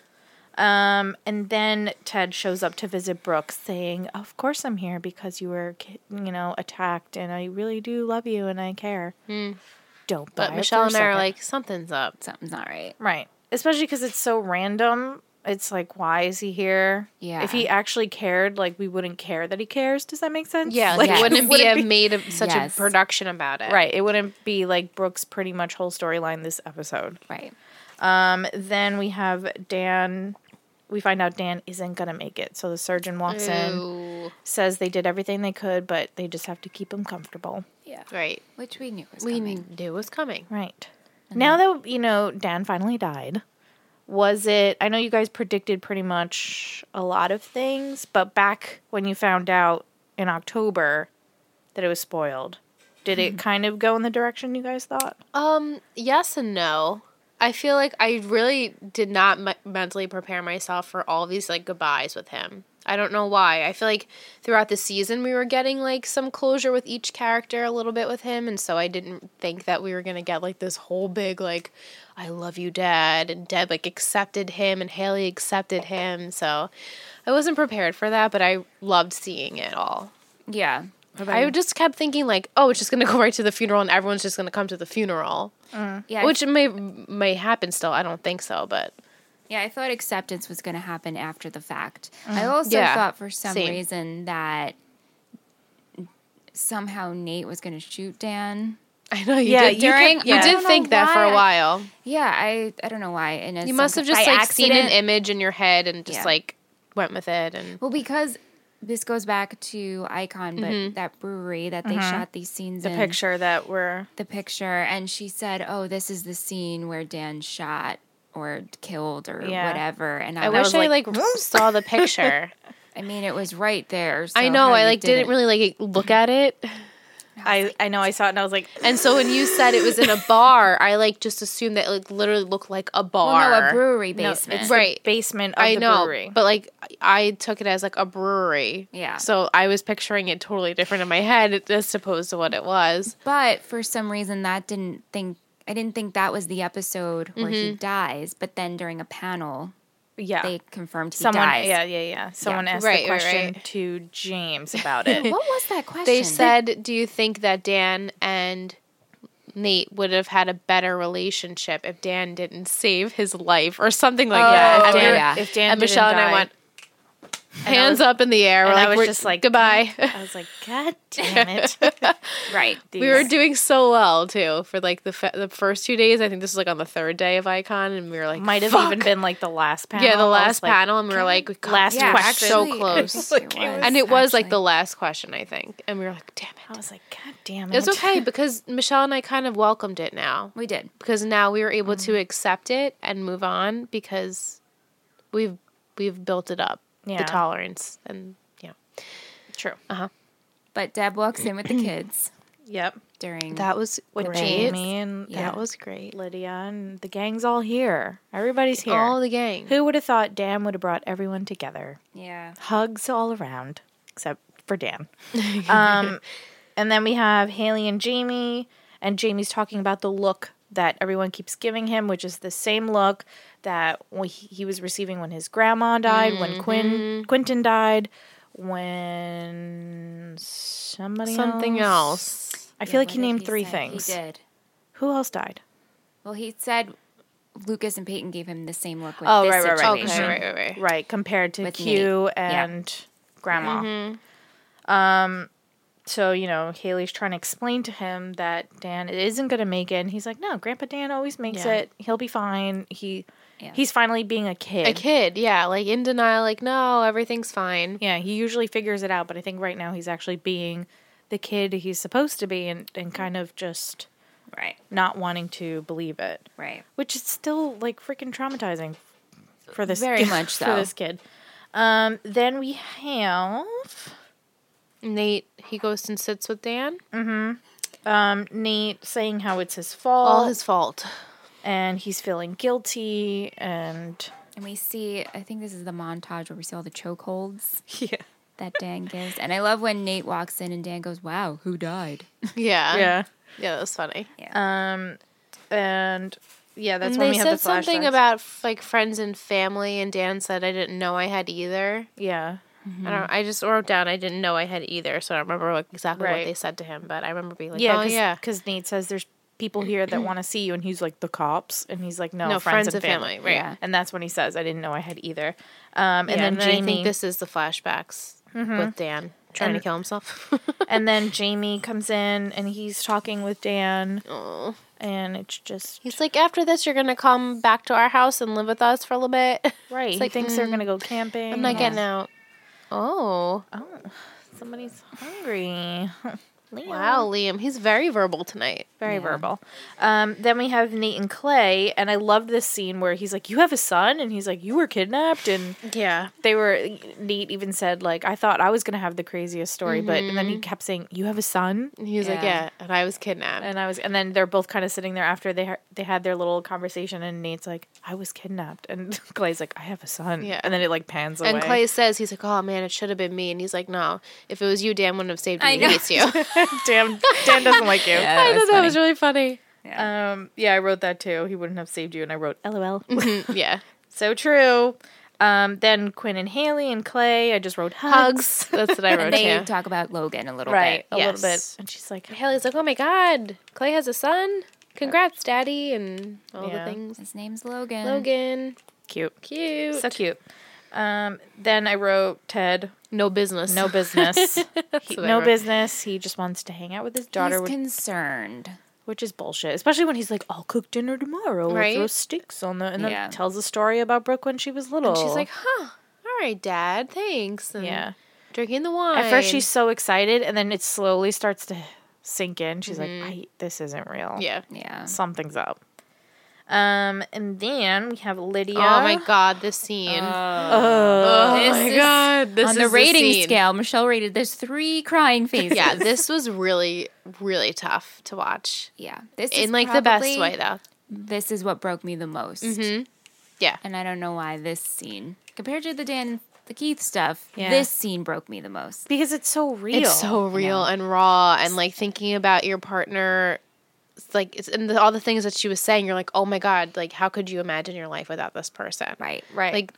S1: Um, and then Ted shows up to visit Brooke, saying, "Of course I'm here because you were, ki- you know, attacked, and I really do love you and I care." Don't.
S2: Hmm. But
S1: buy it
S2: Michelle
S1: for a
S2: and I are
S1: second.
S2: like, something's up.
S3: Something's not right.
S1: right, especially because it's so random. It's like, why is he here?
S3: Yeah.
S1: If he actually cared, like, we wouldn't care that he cares. Does that make sense?
S2: Yeah, like,
S1: Like,
S3: yes.
S2: it wouldn't, be,
S1: wouldn't
S2: a made of such
S3: Yes.
S2: a production about it.
S1: Right. It wouldn't be like Brooke's pretty much whole storyline this episode.
S3: Right.
S1: Um, then we have Dan. We find out Dan isn't gonna make it, so the surgeon walks in,
S2: Ooh.
S1: says they did everything they could, but they just have to keep him comfortable.
S3: Yeah.
S2: Right.
S3: Which we knew was
S2: We
S3: coming.
S2: knew it was coming.
S1: Right. Now that you know Dan finally died, was it? I know you guys predicted pretty much a lot of things, but back when you found out in October that it was spoiled, Did it kind of go in the direction you guys thought?
S2: Um, yes and no. I feel like I really did not me- mentally prepare myself for all these like goodbyes with him. I don't know why. I feel like throughout the season we were getting like some closure with each character a little bit with him and so I didn't think that we were going to get like this whole big like I love you dad and Deb like accepted him and Haley accepted him. So I wasn't prepared for that, but I loved seeing it all.
S3: Yeah.
S2: I just kept thinking like, oh, it's just gonna go right to the funeral, and everyone's just gonna come to the funeral,
S3: Yeah.
S2: which may may happen still. I don't think so, but
S3: Yeah, I thought acceptance was going to happen after the fact. I also
S2: Mm-hmm. Yeah,
S3: thought for some
S2: same.
S3: reason that somehow Nate was going to shoot Dan.
S2: I know you
S1: Yeah,
S2: did.
S1: you
S2: during,
S1: kept-
S2: you
S1: yeah. I
S2: did
S3: don't know
S2: think that for
S3: why
S2: a
S3: I-
S2: while.
S3: Yeah, I I don't know why. And as
S2: You
S3: some-
S2: must have just
S3: by
S2: like seen an
S3: accident-
S2: image in your head and just
S3: Yeah.
S2: like went with it. And
S3: Well, because this goes back to Icon, but
S2: Mm-hmm.
S3: that brewery that they shot these scenes
S1: The
S3: in.
S1: picture that we're
S3: the picture and she said, "Oh, this is the scene where Dan shot or killed or
S1: Yeah.
S3: whatever." And I,
S2: I
S3: was,
S2: wish I
S1: like,
S2: like saw the picture.
S3: I mean, it was right there. so
S2: <laughs> I know
S3: how
S2: I
S3: you
S2: like
S3: did
S2: didn't
S3: it-
S2: really like look at it.
S1: I I know I saw it and I was like
S2: And so when you said it was in a bar, I like just assumed that it like literally looked like a
S3: Well,
S2: bar.
S3: no, a brewery
S1: no,
S3: basement.
S1: it's
S2: Right.
S1: the basement of
S2: I
S1: the
S2: know,
S1: brewery.
S2: but like I I took it as like a brewery.
S3: Yeah.
S2: So I was picturing it totally different in my head as opposed to what it was.
S3: But for some reason, that didn't think I didn't think that was the episode where
S2: Mm-hmm.
S3: he dies. But then during a panel,
S1: yeah.
S3: they confirmed he
S1: Someone
S3: dies.
S1: yeah, yeah, yeah. Someone asked
S2: Right,
S1: the
S2: right,
S1: question
S2: right.
S1: to James
S2: <laughs>
S1: about it.
S3: What was that question?
S2: They said, "Do you think that Dan and Nate would have had a better relationship if Dan didn't save his life or something like
S1: yeah,
S2: that?"
S1: if
S2: And we
S1: Dan,
S2: were-
S3: yeah.
S1: if Dan
S2: Oh, And
S1: didn't
S2: Michelle and I
S1: die-
S2: went hands
S1: was-
S2: up in the air. We're
S1: and
S2: like,
S1: I was
S2: we're-
S1: just
S2: <laughs>
S1: like,
S2: goodbye.
S1: I was like, God damn <laughs> it.
S3: right.
S2: We were
S1: These-
S2: doing so well too for like the fa- the first two days. I think this was like on the third day of Icon, and we were like,
S1: might have
S2: "Fuck."
S1: even been like the last
S2: <laughs>
S1: panel.
S2: Yeah, the
S1: I was
S2: last
S1: like,
S2: panel, and we were like, we got
S1: Last
S2: <laughs> it.
S1: Yeah,
S2: We're
S1: question.
S2: so
S3: actually,
S2: close.
S3: I think it
S1: Like, it
S3: was,
S1: was-
S2: And it was like the
S3: actually.
S2: last question, I think. And we were like, damn
S1: I
S2: it.
S1: was like, God damn it.
S2: It's okay because Michelle and I kind of welcomed it now
S3: we did.
S2: because now we were able to accept it and move on because we've we've built it up
S1: Yeah.
S2: the tolerance and yeah
S1: True.
S3: But Deb walks in
S2: <clears throat>
S3: with the kids
S1: Yep.
S3: during
S2: Mm. that was
S1: With
S2: great.
S1: Jamie and
S3: Yeah.
S2: that was great
S1: Lydia and the gang's all here. Everybody's here.
S2: all the gang
S1: Who would have thought Dan would have brought everyone together?
S3: yeah.
S1: Hugs all around, except for Dan. um, and then we have Haley and Jamie, and Jamie's talking about the look that everyone keeps giving him, which is the same look that when he he was receiving when his grandma died, when Quinn Quentin died, when somebody
S2: something else
S1: I feel like he
S3: What did
S1: named three
S3: say?
S1: things.
S3: He did.
S1: Who else died?
S3: Well, he said Lucas and Peyton gave him the same look. With
S1: Oh,
S3: this
S1: right, right, right.
S3: situation.
S2: okay right right right
S1: Right, compared to
S3: With
S1: Q
S3: Nate. Yeah. Mm-hmm.
S1: and Grandma. Um, so you know, Haley's trying to explain to him that Dan isn't going to make it, and he's like, "No, Grandpa Dan always makes
S2: Yeah.
S1: it. He'll be fine. He
S3: Yeah.
S1: he's finally being a kid.
S2: a kid yeah like in denial like no everything's fine
S1: Yeah, he usually figures it out, but I think right now he's actually being the kid he's supposed to be, and and kind of just
S3: Right,
S1: not wanting to believe it,
S3: right.
S1: which is still like freaking traumatizing for this
S3: Very much
S1: <laughs> for
S3: so.
S1: this kid. Um, then we have.
S2: Nate, he goes and sits with Dan.
S1: um, Nate saying how it's his fault
S2: All his fault. <laughs>
S1: and he's feeling guilty and
S3: And we see, I think this is the montage where we see all the chokeholds
S2: <laughs>
S1: yeah,
S3: that Dan gives. And I love when Nate walks in and Dan goes, Wow, who died?
S2: Yeah.
S1: yeah,
S2: Yeah, that was funny.
S3: Uh,
S1: um, and yeah, that's
S2: and
S1: when
S2: they
S1: we
S2: said
S1: have the flashbacks.
S2: something about f- like friends and family, and Dan said, "I didn't know I had either."
S1: yeah,
S2: I don't. I just wrote down, "I didn't know I had either," so I don't remember what, exactly
S1: Right.
S2: what they said to him, but I remember being like,
S1: yeah,
S2: "Oh
S1: cause,
S2: yeah,
S1: because Nate says there's people
S2: <clears throat>
S1: here that want to see you, and he's like the cops, and he's like no, friends, and family.
S2: right?"
S3: Yeah.
S1: And that's when he says, "I didn't know I had either." Um, and
S2: Yeah,
S1: then
S2: and then Mm-hmm.
S1: Jamie,
S2: I think this is the flashbacks with Dan trying to
S1: And-
S2: kill himself.
S1: <laughs> and then Jamie comes in and he's talking with Dan,
S2: oh.
S1: and it's just
S2: <laughs> He's like, "After this, you're gonna come back to our house and live with us for a little bit." <laughs>
S1: right. He
S2: like, mm.
S1: thinks they're gonna go camping.
S2: I'm not
S1: and-
S2: getting out. Oh,
S1: Somebody's hungry. Liam.
S2: Wow, Liam, he's very verbal tonight.
S1: Very verbal. Um, then we have Nate and Clay, and I love this scene where he's like, "You have a son," and he's like, "You were kidnapped," and
S2: Yeah.
S1: they were. Nate even said like, "I thought I was gonna have the craziest story," but
S2: Mm-hmm.
S1: and then he kept saying, "You have a son,"
S2: And he was like,
S3: Yeah.
S2: yeah, and I was kidnapped.
S1: and I was, and then they're both kind of sitting there after they ha- they had their little conversation, and Nate's like, "I was kidnapped," and <laughs> Clay's like, "I have a son,"
S2: Yeah.
S1: and then it like pans away.
S2: and Clay says, he's like, oh man, it should have been me. And he's like, no, if it was you, Dan wouldn't have saved me.
S3: I
S2: He
S3: know.
S2: hates <laughs> you.
S1: damn, <laughs> Dan doesn't
S2: <laughs>
S1: like you.
S3: Yeah, that
S2: I
S3: was
S2: thought that
S3: funny.
S2: was really funny.
S1: Um, yeah, I wrote that too. He wouldn't have saved you, and I wrote LOL.
S2: Mhm, yeah.
S1: so true. Um, then Quinn and Haley and Clay. I just wrote hugs.
S2: <laughs> Hugs. That's what I wrote
S3: And they
S2: too.
S3: talk about Logan a little
S1: right,
S3: bit.
S1: a little bit.
S2: Yes.
S1: And she's like,
S2: Haley's like, oh my God, Clay has a son. Congrats, daddy, and all
S1: Yeah.
S2: the things.
S3: His name's Logan.
S2: Logan,
S1: cute,
S2: cute.
S1: so cute. Um, then I wrote Ted.
S2: no business.
S1: No business. He-
S2: what I
S1: no
S2: wrote.
S1: business. He just wants to hang out with his daughter,
S3: He's
S1: which,
S3: concerned.
S1: which is bullshit. Especially when he's like, "I'll cook dinner tomorrow. I'll
S2: Right?
S1: throw sticks on the," and then
S3: Yeah.
S1: tells a story about Brooke when she was little.
S2: And she's like, "Oh, huh, all right, dad, thanks. And
S1: "Yeah."
S2: Drinking the wine.
S1: At first, she's so excited, and then it slowly starts to sink in. She's like, I, "This isn't real.
S2: Yeah.
S3: Yeah.
S1: something's up." Um, and then we have Lydia.
S2: Oh my God, this scene. oh
S3: This
S2: my
S3: is-
S2: God. This
S3: on
S2: is
S3: the rating
S2: scene.
S3: scale, Michelle rated there's three crying faces. <laughs>
S2: Yeah, this was really, really tough to watch.
S3: yeah. This is
S2: In like the best
S3: probably-
S2: way though.
S3: This is what broke me the most,
S2: Mm-hmm. Yeah.
S3: and I don't know why this scene compared to the Dan the Keith stuff.
S1: Yeah.
S3: This scene broke me the most.
S1: because it's so real.
S2: It's so real and raw and like thinking about your partner it's like it's and the, all the things that she was saying you're like, "Oh my god, like how could you imagine your life without this person?"
S3: Right. <laughs>
S1: right,
S2: Like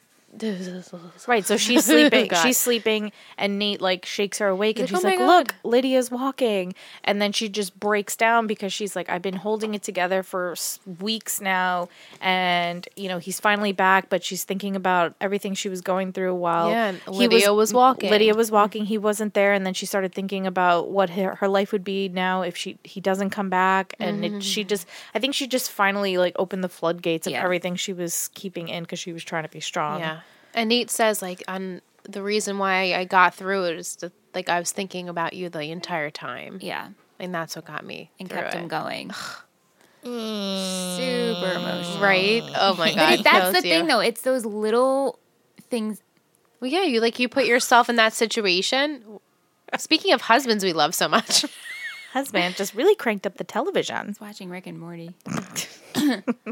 S1: right.
S2: <laughs>
S1: So she's sleeping.
S2: Oh God.
S1: she's sleeping, and Nate like shakes her awake, and
S2: like,
S1: she's
S2: "Oh my
S1: like,
S2: God."
S1: "Look, Lydia's walking," and then she just breaks down because she's like, "I've been holding it together for s- weeks now, and you know he's finally back." But she's thinking about everything she was going through while
S2: Yeah, and
S1: he
S2: Lydia was walking.
S1: Lydia was walking. He wasn't there, and then she started thinking about what her, her life would be now if she he doesn't come back. And it, she
S2: Mm.
S1: just, I think she just finally like opened the floodgates of
S3: Yeah.
S1: everything she was keeping in because she was trying to be strong.
S2: Yeah. And Nate says like on the reason why I got through it is that like I was thinking about you the entire time.
S3: Yeah,
S2: And that's what got me.
S3: and
S2: through
S3: kept
S2: it.
S3: him going. Super emotional.
S2: Mm. Right? Oh
S3: <laughs>
S2: my
S3: But
S2: god.
S3: it- that's
S2: kills
S3: the thing,
S2: you.
S3: though. It's those little things.
S2: Well, yeah, you like you put yourself in that situation. Speaking of husbands we love so much.
S1: husband just really cranked up the television.
S3: Watching Rick and Morty.
S2: <laughs>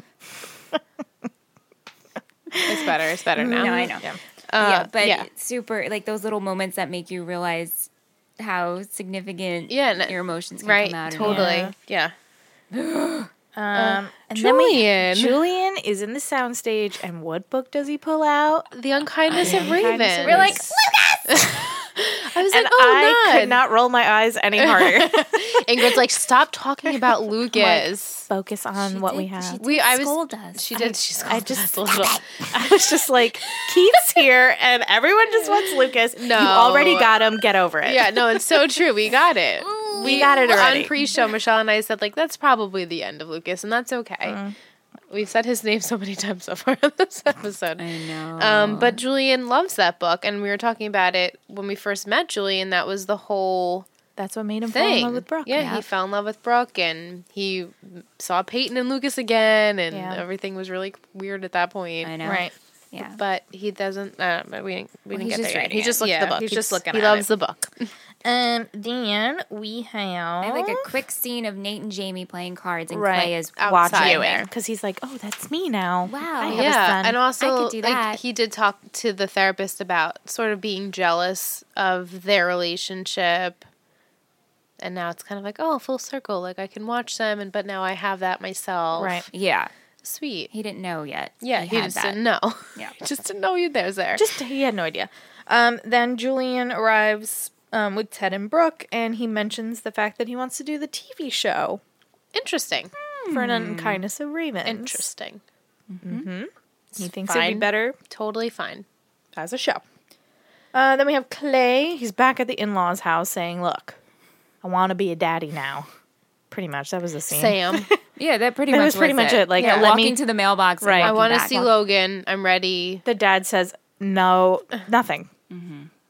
S2: It's better. It's better now.
S3: No, I know.
S1: Um, Yeah.
S3: yeah,
S2: Uh,
S3: but
S2: Mm-hmm. yeah.
S3: it's super like those little moments that make you realize how significant
S2: Yeah, and- uh,
S3: your emotions can
S2: Right.
S3: come out. and all.
S2: Totally. Yeah.
S3: Uh,
S1: Um, and
S2: Julian.
S1: Julian is in the soundstage, and what book does he pull out?
S2: The unkindness of
S1: Unkindness of
S2: Raven.
S1: We're like,
S2: I was
S1: And
S2: like, oh,
S1: I
S2: no.
S1: could not roll my eyes any
S3: <laughs>
S1: harder.
S2: <laughs> Ingrid's like, stop <laughs> talking about Lucas.
S1: Focus on
S3: She
S1: what we
S3: did-
S1: have.
S3: She did
S2: We- I was-
S3: scold us.
S2: she did. She's
S1: I
S2: called
S3: <laughs>
S2: <laughs>
S1: just,
S2: us a little.
S1: <laughs> I was just like, Keith's here, and everyone
S3: <laughs>
S1: just wants Lucas.
S2: No.
S1: you already got him. Get over it.
S2: Yeah, no, it's so true. Mm, We got it.
S1: We got it already.
S2: On pre-show, Michelle and I said like, that's probably the end of Lucas, and that's okay. We've said his name so many <laughs> times so far in this episode.
S3: I know.
S2: Um, but Julian loves that book, and we were talking about it when we first met Julian. That was the whole
S1: that's what made him fall
S2: thing.
S1: in love with Brooke.
S2: Yeah, he fell in love with Brooke, and he saw Peyton and Lucas again, and
S1: Yeah.
S2: everything was really weird at that point.
S3: I know.
S1: right.
S3: Yeah.
S2: But he doesn't. Uh, but we didn't. We didn't
S3: he's
S2: get
S3: just
S2: there. Yet.
S3: reading
S2: He
S3: it.
S2: just looked
S1: Yeah,
S2: at the book.
S1: he's just looking
S2: He
S1: at
S2: loves
S1: it.
S2: the book.
S1: Um, then we have
S3: I had, like a quick scene of Nate and Jamie playing cards, and
S1: Oh. right
S3: Clay is
S2: outside
S3: watching
S2: viewing.
S3: it.
S1: because he's like, oh, that's me now.
S3: Wow.
S1: I have a
S2: yeah
S1: son.
S2: and also
S3: could do that.
S2: like he did talk to the therapist about sort of being jealous of their relationship and now it's kind of like oh full circle like i can watch them and but now i have that myself
S1: Right.
S3: Yeah,
S2: sweet
S3: he didn't know yet.
S2: yeah he,
S3: had
S2: just
S3: that.
S2: didn't know <laughs>
S3: Yeah.
S2: just didn't know you there was there
S1: Just he had no idea. Um, then Julian arrives um, with Ted and Brooke, and he mentions the fact that he wants to do the TV show
S2: interesting
S1: for an unkindness of Raven.
S2: interesting
S1: He thinks it'd be
S2: Fine.
S1: better
S2: totally fine
S1: as a show. Uh, then we have Clay. He's back at the in-laws' house saying, "Look, I want to be a daddy now." Pretty much, that was the scene.
S2: sam
S1: <laughs>
S3: Yeah, that pretty
S1: That
S3: much
S1: was pretty much it, like, let
S3: walking
S1: me-
S3: to the mailbox.
S1: Right.
S3: Right.
S2: i
S1: Welcome
S2: want to see logan i'm ready
S1: The dad says, "No, nothing,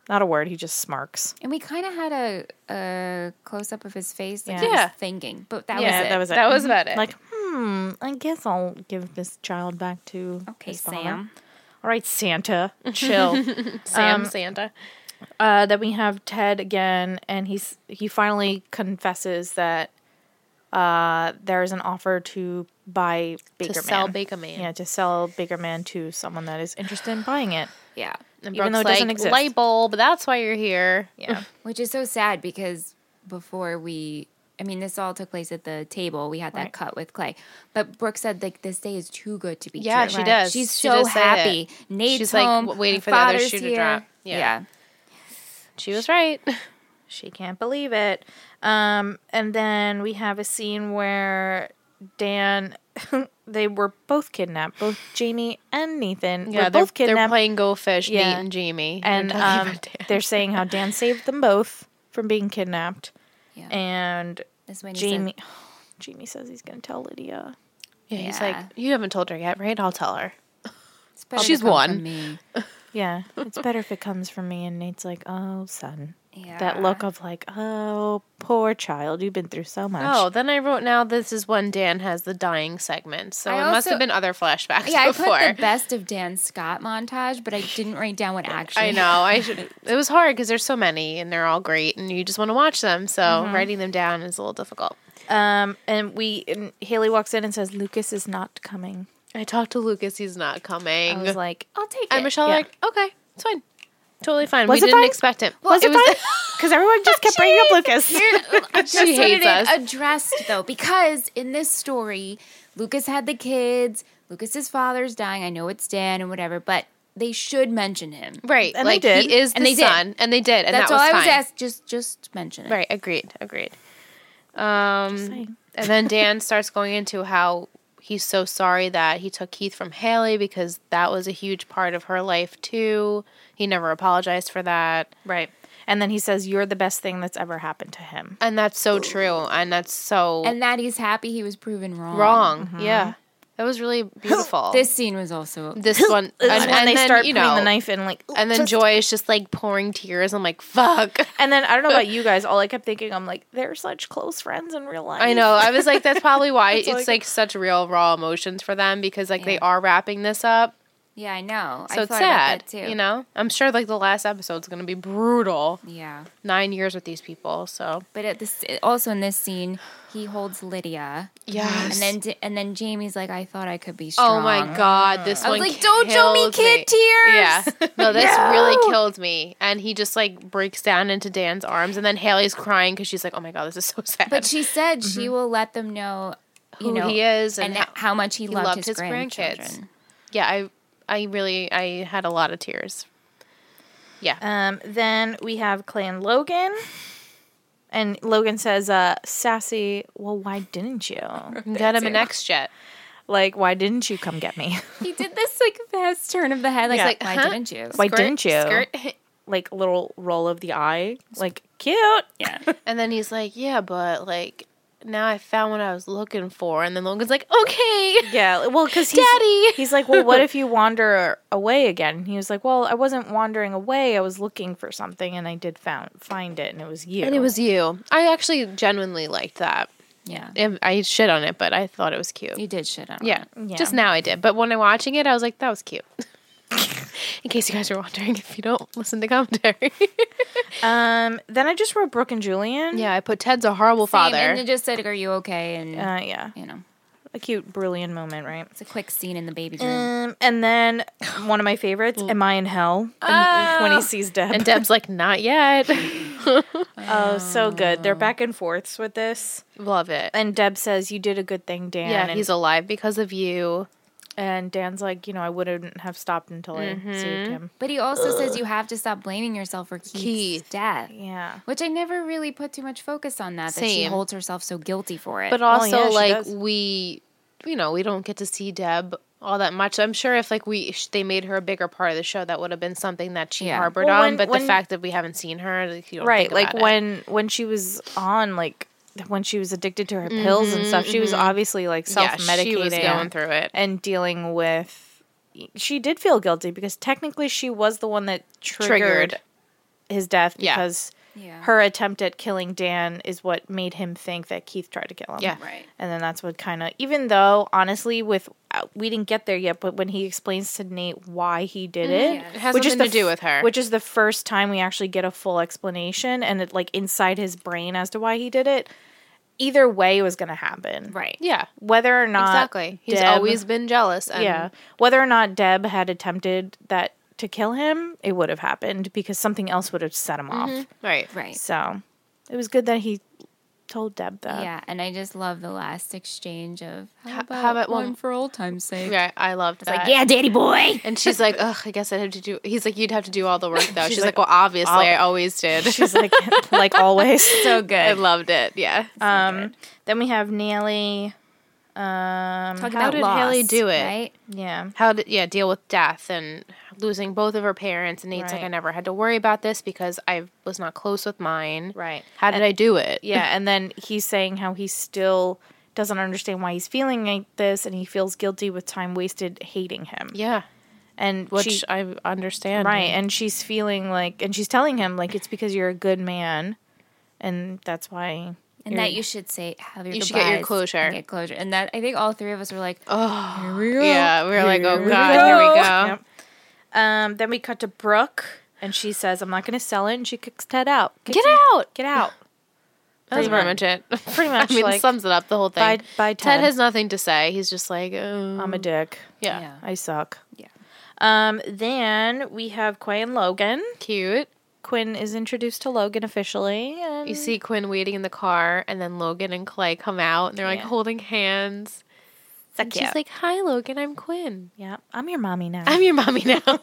S1: Not a word. He just smirks.
S3: And we kind of had a, a close up of his face, like
S1: Yeah.
S3: he was
S2: Yeah.
S3: thinking, but that
S2: Yeah,
S3: was it.
S1: that was it. Mm-hmm.
S2: That was about it.
S1: Like, hmm, I guess I'll give this child back to
S3: okay,
S1: his father.
S3: Sam.
S1: All
S2: <laughs>
S1: right, Santa, chill.
S2: Sam
S1: Um,
S2: Santa.
S1: uh, then we have Ted again, and he's he finally confesses that uh, there is an offer to buy Baker
S2: To sell
S1: Man.
S2: Baker Man.
S1: Yeah, to sell Baker Man to someone that is interested in
S2: <laughs>
S1: buying it.
S3: Yeah.
S2: And Brooke's
S1: Even though it
S2: like,
S1: doesn't exist.
S2: light bulb, that's why you're here.
S1: Yeah,
S3: Which is so sad because before we, I mean, this all took place at the table. We had that
S1: Right.
S3: cut with Clay, but Brooke said like this day is too good to be
S2: Yeah,
S3: true.
S2: she does.
S3: She's
S2: She
S3: so
S2: does say that.
S3: happy. Nate's
S2: She's, like,
S3: home,
S2: w- waiting
S3: her
S2: for the other
S3: father's
S2: shoe to
S3: here.
S2: drop. Yeah.
S3: yeah.
S2: She was right. <laughs>
S1: she can't believe it. Um, and then we have a scene where Dan, <laughs> they were both kidnapped. Both Jamie and Nathan were
S2: yeah, they're,
S1: both
S2: they're
S1: kidnapped.
S2: playing Go Fish,
S1: Yeah.
S2: Nate and Jamie. They're
S1: and
S2: talking
S1: <laughs> um,
S2: about Dan.
S1: they're saying how Dan saved them both from being kidnapped.
S3: Yeah.
S1: And
S3: That's when he said-
S1: Jamie, <sighs> Jamie says he's gonna tell Lydia.
S2: yeah, he's
S3: yeah.
S2: like, you haven't told her yet, right? I'll tell her.
S3: It's better
S2: Oh,
S3: to
S2: She's
S3: come from
S2: one. <laughs>
S3: me.
S1: Yeah, <laughs> it's better if it comes from me. And Nate's like, "Oh, son."
S3: Yeah.
S1: That look of like, "Oh, poor child, you've been through so much."
S2: Oh, then I wrote now this is when Dan has the dying segment. So
S3: I
S2: it must
S3: also-
S2: have been other flashbacks
S3: Yeah, I
S2: before.
S3: put the best of Dan Scott montage, but I didn't write down what
S2: <laughs>
S3: actually. <laughs>
S2: I know. I should. It was hard because there's so many and they're all great, and you just want to watch them. So writing them down is a little difficult.
S1: Um, and we and Haley walks in and says, "Lucas is not coming."
S2: I talked to Lucas. He's not coming.
S1: I <laughs> was like, "Oh,
S3: I'll take it.
S2: and Michelle
S1: yeah.
S2: like, okay, it's fine, totally fine.
S1: Was
S2: we
S1: it
S2: didn't
S1: fine?
S2: expect him.
S1: "Was it fine?" Because everyone just kept bringing up Lucas.
S3: <laughs> That's
S2: She
S3: what
S2: hates
S3: it
S2: us.
S3: addressed though, because in this story, Lucas had the kids. Lucas's father's dying. I know it's Dan and whatever, but they should mention him.
S2: <laughs> right?
S1: And they
S2: like
S1: did.
S2: he is the
S3: And they did.
S2: son, and they did, and
S3: That's
S2: that
S3: all
S2: was
S3: I
S2: fine.
S3: was asked. Just, just mention it.
S2: Right? Agreed. Agreed. Um,
S1: saying.
S2: and then Dan starts going into how he's so sorry that he took Keith from Haley because that was a huge part of her life too. He never apologized for that.
S1: Right. And then he says, "You're the best thing that's ever happened to him."
S2: And that's so true. And that's so
S3: And that he's happy he was proven wrong.
S2: wrong.
S1: Mm-hmm.
S2: Yeah. That was really beautiful.
S3: This scene was also.
S2: this
S1: <laughs>
S2: one and,
S1: And,
S2: and
S1: they
S2: then,
S1: start
S2: you
S1: putting
S2: know,
S1: the knife in, like,
S2: And then
S1: just-
S2: Joy is just like pouring tears. I'm like, fuck.
S1: And then I don't know <laughs> about you guys. All I kept thinking, I'm like, they're such close friends in real life.
S2: I know. I was like, that's
S1: <laughs>
S2: probably why
S1: That's all
S2: it's
S1: I
S2: like such real raw emotions for them because like they are wrapping this up.
S3: yeah, I know.
S2: So
S3: I
S2: it's
S3: thought about
S2: sad.
S3: that, too.
S2: You know? I'm sure like the last episode's gonna be brutal.
S3: Yeah,
S2: Nine years with these people, so
S3: but at this, also in this scene, he holds Lydia.
S2: Yes.
S3: and then d- and then Jamie's like, I thought I could be strong.
S2: Oh my god, this
S3: I was
S2: one
S3: like, "Don't show me
S2: kills
S3: kid tears!"
S2: Yeah, <laughs> no, this
S1: No.
S2: really killed me. And he just like breaks down into Dan's arms, and then Haley's crying because she's like, "Oh my god, this is so <laughs> sad."
S3: But she said she will let them know you
S2: Who
S3: know,
S2: he is and
S3: how,
S2: how-
S3: much he, loved, his, grandchildren.
S2: yeah, I, I really, I had a lot of tears. Yeah,
S3: Uh,
S1: Um, then we have Clay and Logan. And Logan says, uh, Sassy, well, why
S2: <laughs>
S1: didn't you?
S2: got him an X jet.
S1: Like, why didn't you come get me? <laughs>
S3: He did this like fast turn of the head, like,
S1: Yeah.
S3: like, why
S2: Huh?
S3: didn't you?
S1: Why didn't you?
S2: Skirt.
S1: Like, little roll of the eye. Like, cute. Yeah.
S3: <laughs>
S2: And then he's like, "Yeah, but like." Now I found what I was looking for, and then Logan's like, "Okay, <laughs>
S1: Yeah. Well, because he's,
S2: Daddy. <laughs>
S1: he's like, well, what if you wander away again? And he was like, well, I wasn't wandering away. I was looking for something and I did found, find it and it was you.
S2: and it was you." I actually genuinely liked that.
S3: Yeah,
S2: I I shit on it, but I thought it was cute.
S3: you did shit on.
S2: Yeah,
S3: it.
S1: Yeah.
S2: just now I did. But when I'm watching it, I was like, that was <laughs> cute. In case you guys are wondering, if you don't listen to commentary.
S1: Um, then I just wrote Brooke and
S2: <laughs>
S1: Julian.
S2: yeah, I put Ted's a horrible
S3: Same,
S2: father.
S3: and it just said, "Are you okay?" And
S1: Uh, yeah.
S3: you know,
S1: A cute, brilliant moment, right?
S3: it's a quick scene in the baby's room.
S1: Um, and then one of my favorites, "Am I in Hell?" when he sees Deb.
S2: Ah. and Deb's like, not yet.
S1: oh, so good. They're back and forths with this,
S2: <laughs> Love it.
S1: and Deb says, "You did a good thing, Dan."
S2: yeah,
S1: and,
S2: he's alive because of you.
S1: and Dan's like, "You know, I wouldn't have stopped until
S2: Mm-hmm.
S1: I saved him."
S3: But he also says you have to stop blaming yourself for Keith's
S2: Keith.
S3: death.
S1: Yeah,
S3: Which I never really put too much focus on that. That she
S2: Same.
S3: holds herself so guilty for it.
S2: But
S1: Oh, yeah,
S2: also,
S1: she
S2: like,
S1: does.
S2: we, you know, we don't get to see Deb all that much. I'm sure if, like, we sh- they made her a bigger part of the show, that would have been something that she
S3: Yeah.
S2: harbored
S1: Well,
S2: on.
S1: when-
S2: but
S1: when-
S2: the fact that we haven't seen her, like, you don't
S1: right.
S2: think
S1: Like
S2: about it.
S1: when when she was on like when she was addicted to her pills and stuff, she was obviously like self
S2: Mm-hmm. Yeah, she was
S1: medicating
S2: going through it.
S1: and dealing with. She did feel guilty because technically she was the one that triggered,
S2: Triggered.
S1: his death
S2: Yeah.
S1: because
S3: Yeah.
S1: her attempt at killing Dan is what made him think that Keith tried to kill him.
S2: Yeah.
S3: Right.
S1: And then that's what kind of, even though honestly, with uh, we didn't get there yet, but when he explains to Nate why he did it,
S3: Mm-hmm. yes. It
S2: has nothing to do with her.
S1: which is the first time we actually get a full explanation and it like inside his brain as to why he did it. Either way, it was going to happen,
S3: Right.
S2: Yeah.
S1: Whether or not
S2: Exactly. He's
S1: Deb-
S2: always been jealous. And
S1: yeah, Um, whether or not Deb had attempted that to kill him, it would have happened because something else would have set him off.
S2: Right.
S3: Right.
S1: So it was good that he told Deb
S2: Uh,
S1: that.
S3: Yeah, and I just love the last exchange of how
S2: H-
S3: about,
S2: how about
S3: one
S2: one-
S3: for old time's sake?
S2: Yeah. I loved that.
S3: Like, yeah, daddy boy.
S2: <laughs> And she's like, ugh, I guess I'd have to do. He's like, you'd have to do all the
S1: <laughs>
S2: work though. She's,
S1: She's
S2: like,
S1: like,
S2: well, obviously,
S1: I'll-
S2: I always
S1: <laughs>
S2: did.
S1: <laughs> She's like, like always.
S3: So good.
S2: I loved it. Yeah.
S1: Um, then we have Nelly. Um,
S3: Talk
S2: how
S3: about
S2: did
S3: loss,
S2: Haley do it?
S3: Right?
S1: yeah,
S2: How did yeah deal with death and losing both of her parents? And Nate's like,
S1: Right.
S2: I never had to worry about this because I was not close with mine.
S1: right.
S2: How did I do it?
S1: Yeah, and then he's saying how he still doesn't understand why he's feeling like this, and he feels guilty with time wasted hating him.
S2: Yeah.
S1: and
S2: Which
S1: she,
S2: I understand.
S1: right, and she's feeling like, and she's telling him like it's because you're a good man, and that's why.
S3: And that you should say have your
S2: You should get your
S3: goodbyes
S2: closure.
S3: and Get closure. And that I think all three of us were like,
S2: Oh.
S3: here we go.
S2: Yeah, we were like, oh
S3: Here we
S2: god, here we go.
S1: Yep. Um, then we cut to Brooke, and she says, "I'm not going to sell it," and she kicks Ted out. Kicks
S2: Get
S1: him-
S2: out.
S1: Get out!
S2: That's pretty much it.
S1: Pretty
S2: <laughs>
S1: much,
S2: I mean,
S1: like,
S2: sums it up the whole thing.
S1: Bye- bye,
S2: Ted
S1: Ted.
S2: has nothing to say. He's just like, oh.
S1: I'm a dick.
S2: yeah.
S3: Yeah.
S1: I suck.
S3: Yeah.
S1: Um, then we have Quay and Logan.
S2: Cute.
S1: Quinn is introduced to Logan officially. And
S2: You see Quinn waiting in the car, and then Logan and Clay come out, and they're like
S1: Yeah.
S2: holding hands.
S1: So
S2: And
S1: cute.
S2: she's like, "Hi, Logan. I'm Quinn.
S1: yeah, I'm your mommy now.
S2: I'm your mommy now." <laughs>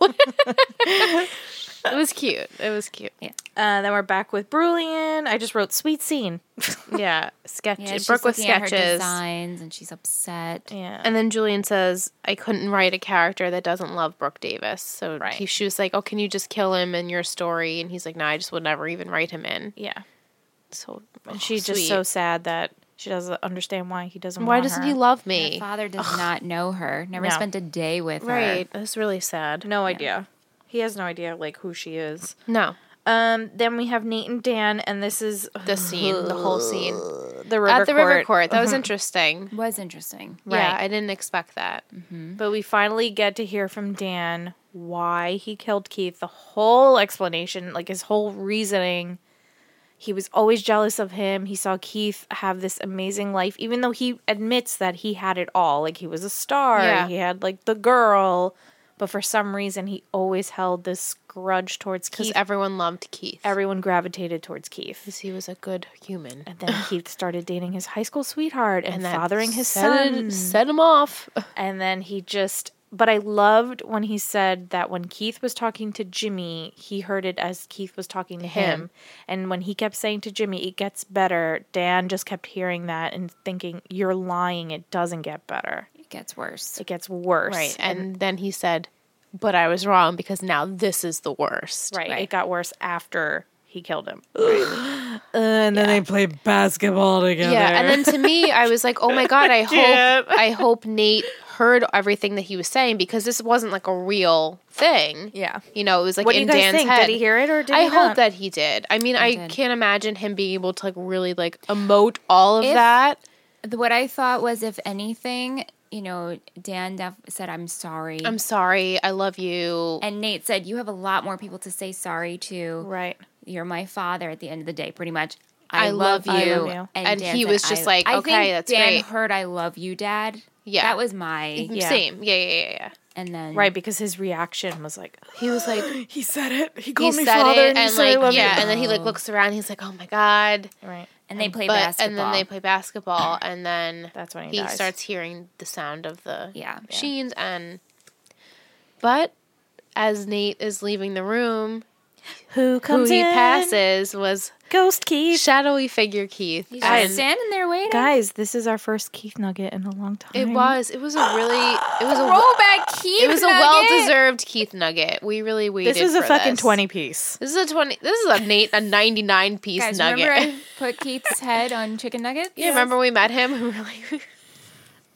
S2: it was cute. It was cute.
S1: Uh, then we're back with Brulian. I just wrote sweet scene.
S2: <laughs> Yeah, sketches.
S3: Yeah, she's
S2: Brooke with
S3: looking at her
S2: sketches.
S3: designs and she's upset.
S1: yeah.
S2: And then Julian says, I couldn't write a character that doesn't love Brooke Davis. So
S1: Right.
S2: he, she was like, Oh, can you just kill him in your story? And he's like, No, I just would never even write him in.
S1: yeah.
S2: So
S1: And she's just so sad that she doesn't understand why he doesn't
S2: Why
S1: want
S2: doesn't
S1: her.
S2: he love
S3: Her
S2: me?
S3: father does not know her. Never
S1: No.
S3: spent a day with her.
S2: Right. That's really sad.
S1: No idea. He has no idea like who she is.
S2: No.
S1: Um, then we have Nate and Dan, and this is
S2: The scene, the whole scene.
S1: the river
S2: At the
S1: court.
S2: river court. That was interesting.
S3: Was interesting.
S2: Yeah,
S1: Right.
S2: I didn't expect that.
S1: But we finally get to hear from Dan why he killed Keith, the whole explanation, like his whole reasoning. He was always jealous of him. He saw Keith have this amazing life, even though he admits that he had it all. Like he was a star,
S2: Yeah.
S1: he had like the girl, but for some reason he always held this grudge towards
S2: Because
S1: Keith.
S2: everyone loved Keith.
S1: Everyone gravitated towards Keith.
S2: Because he was a good human.
S1: And then Keith started dating his high school sweetheart and,
S2: that
S1: fathering his
S2: set-
S1: son.
S2: Set him off. <laughs>
S1: And then he just, but I loved when he said that when Keith was talking to Jimmy, he heard it as Keith was talking to him.
S2: Him.
S1: And when he kept saying to Jimmy, it gets better, Dan just kept hearing that and thinking, you're lying. It doesn't get better.
S3: It gets worse.
S1: It gets worse.
S2: Right. And then he said, But I was wrong because now this is the worst.
S1: Right.
S3: Right.
S1: It got worse after he killed him.
S4: and then they play basketball together.
S2: Yeah, and then to me, I was like, "Oh my god, I hope I hope Nate heard everything that he was saying because this wasn't like a real thing."
S1: Yeah.
S2: you know, it was like
S1: What do
S2: in
S1: you guys
S2: Dan's
S1: think?
S2: head.
S1: Did he hear it or did
S2: I
S1: he
S2: hope
S1: not?
S2: that he did. I mean, I,
S3: did.
S2: can't imagine him being able to like really like emote all of
S3: If-
S2: that.
S3: The- What I thought was, if anything, you know, Dan def- said, I'm sorry.
S2: I'm sorry, I love you.
S3: and Nate said, You have a lot more people to say sorry to.
S1: Right.
S3: You're my father at the end of the day, pretty much.
S2: I love you. And
S3: Dan
S2: he
S3: said,
S2: was just like,
S3: I
S2: "Okay,
S3: think
S2: that's
S3: Dan
S2: great."
S3: heard, I love you, dad.
S2: Yeah. Mhm.
S3: That was my.
S1: Yeah.
S2: Same, yeah, yeah, yeah, yeah.
S3: And then.
S1: Right. Because his reaction was like,
S2: He was like, he
S4: he said it. He called me
S2: said
S4: father,
S2: it,
S4: and he
S2: and
S4: said I love
S2: like,
S4: you.
S2: yeah, and then he like looks around. He's like, "Oh my god."
S1: right.
S3: And they play
S2: but
S3: basketball.
S2: and then they play basketball,
S3: <clears throat>
S2: and then
S1: That's when he
S2: he
S1: dies.
S2: starts hearing the sound of the
S3: Yeah. Yeah.
S2: machines. And but as Nate is leaving the room,
S1: Who
S2: who
S1: comes
S2: he
S1: in?
S2: passes was
S1: Ghost Keith.
S2: shadowy figure Keith.
S3: He's just
S2: And
S3: standing there waiting.
S1: Guys, this is our first Keith nugget in a long time.
S2: it was it was a really it was a
S3: Throwback Keith.
S2: it was a
S3: nugget.
S2: well deserved Keith nugget. We really waited.
S1: This was a
S2: for
S1: fucking
S2: this.
S1: 20 piece.
S2: This is a twenty. This is a Nate a ninety nine piece
S3: Guys,
S2: nugget.
S3: remember I put Keith's head on chicken nuggets?
S2: <laughs> yeah, remember we met him? We were like,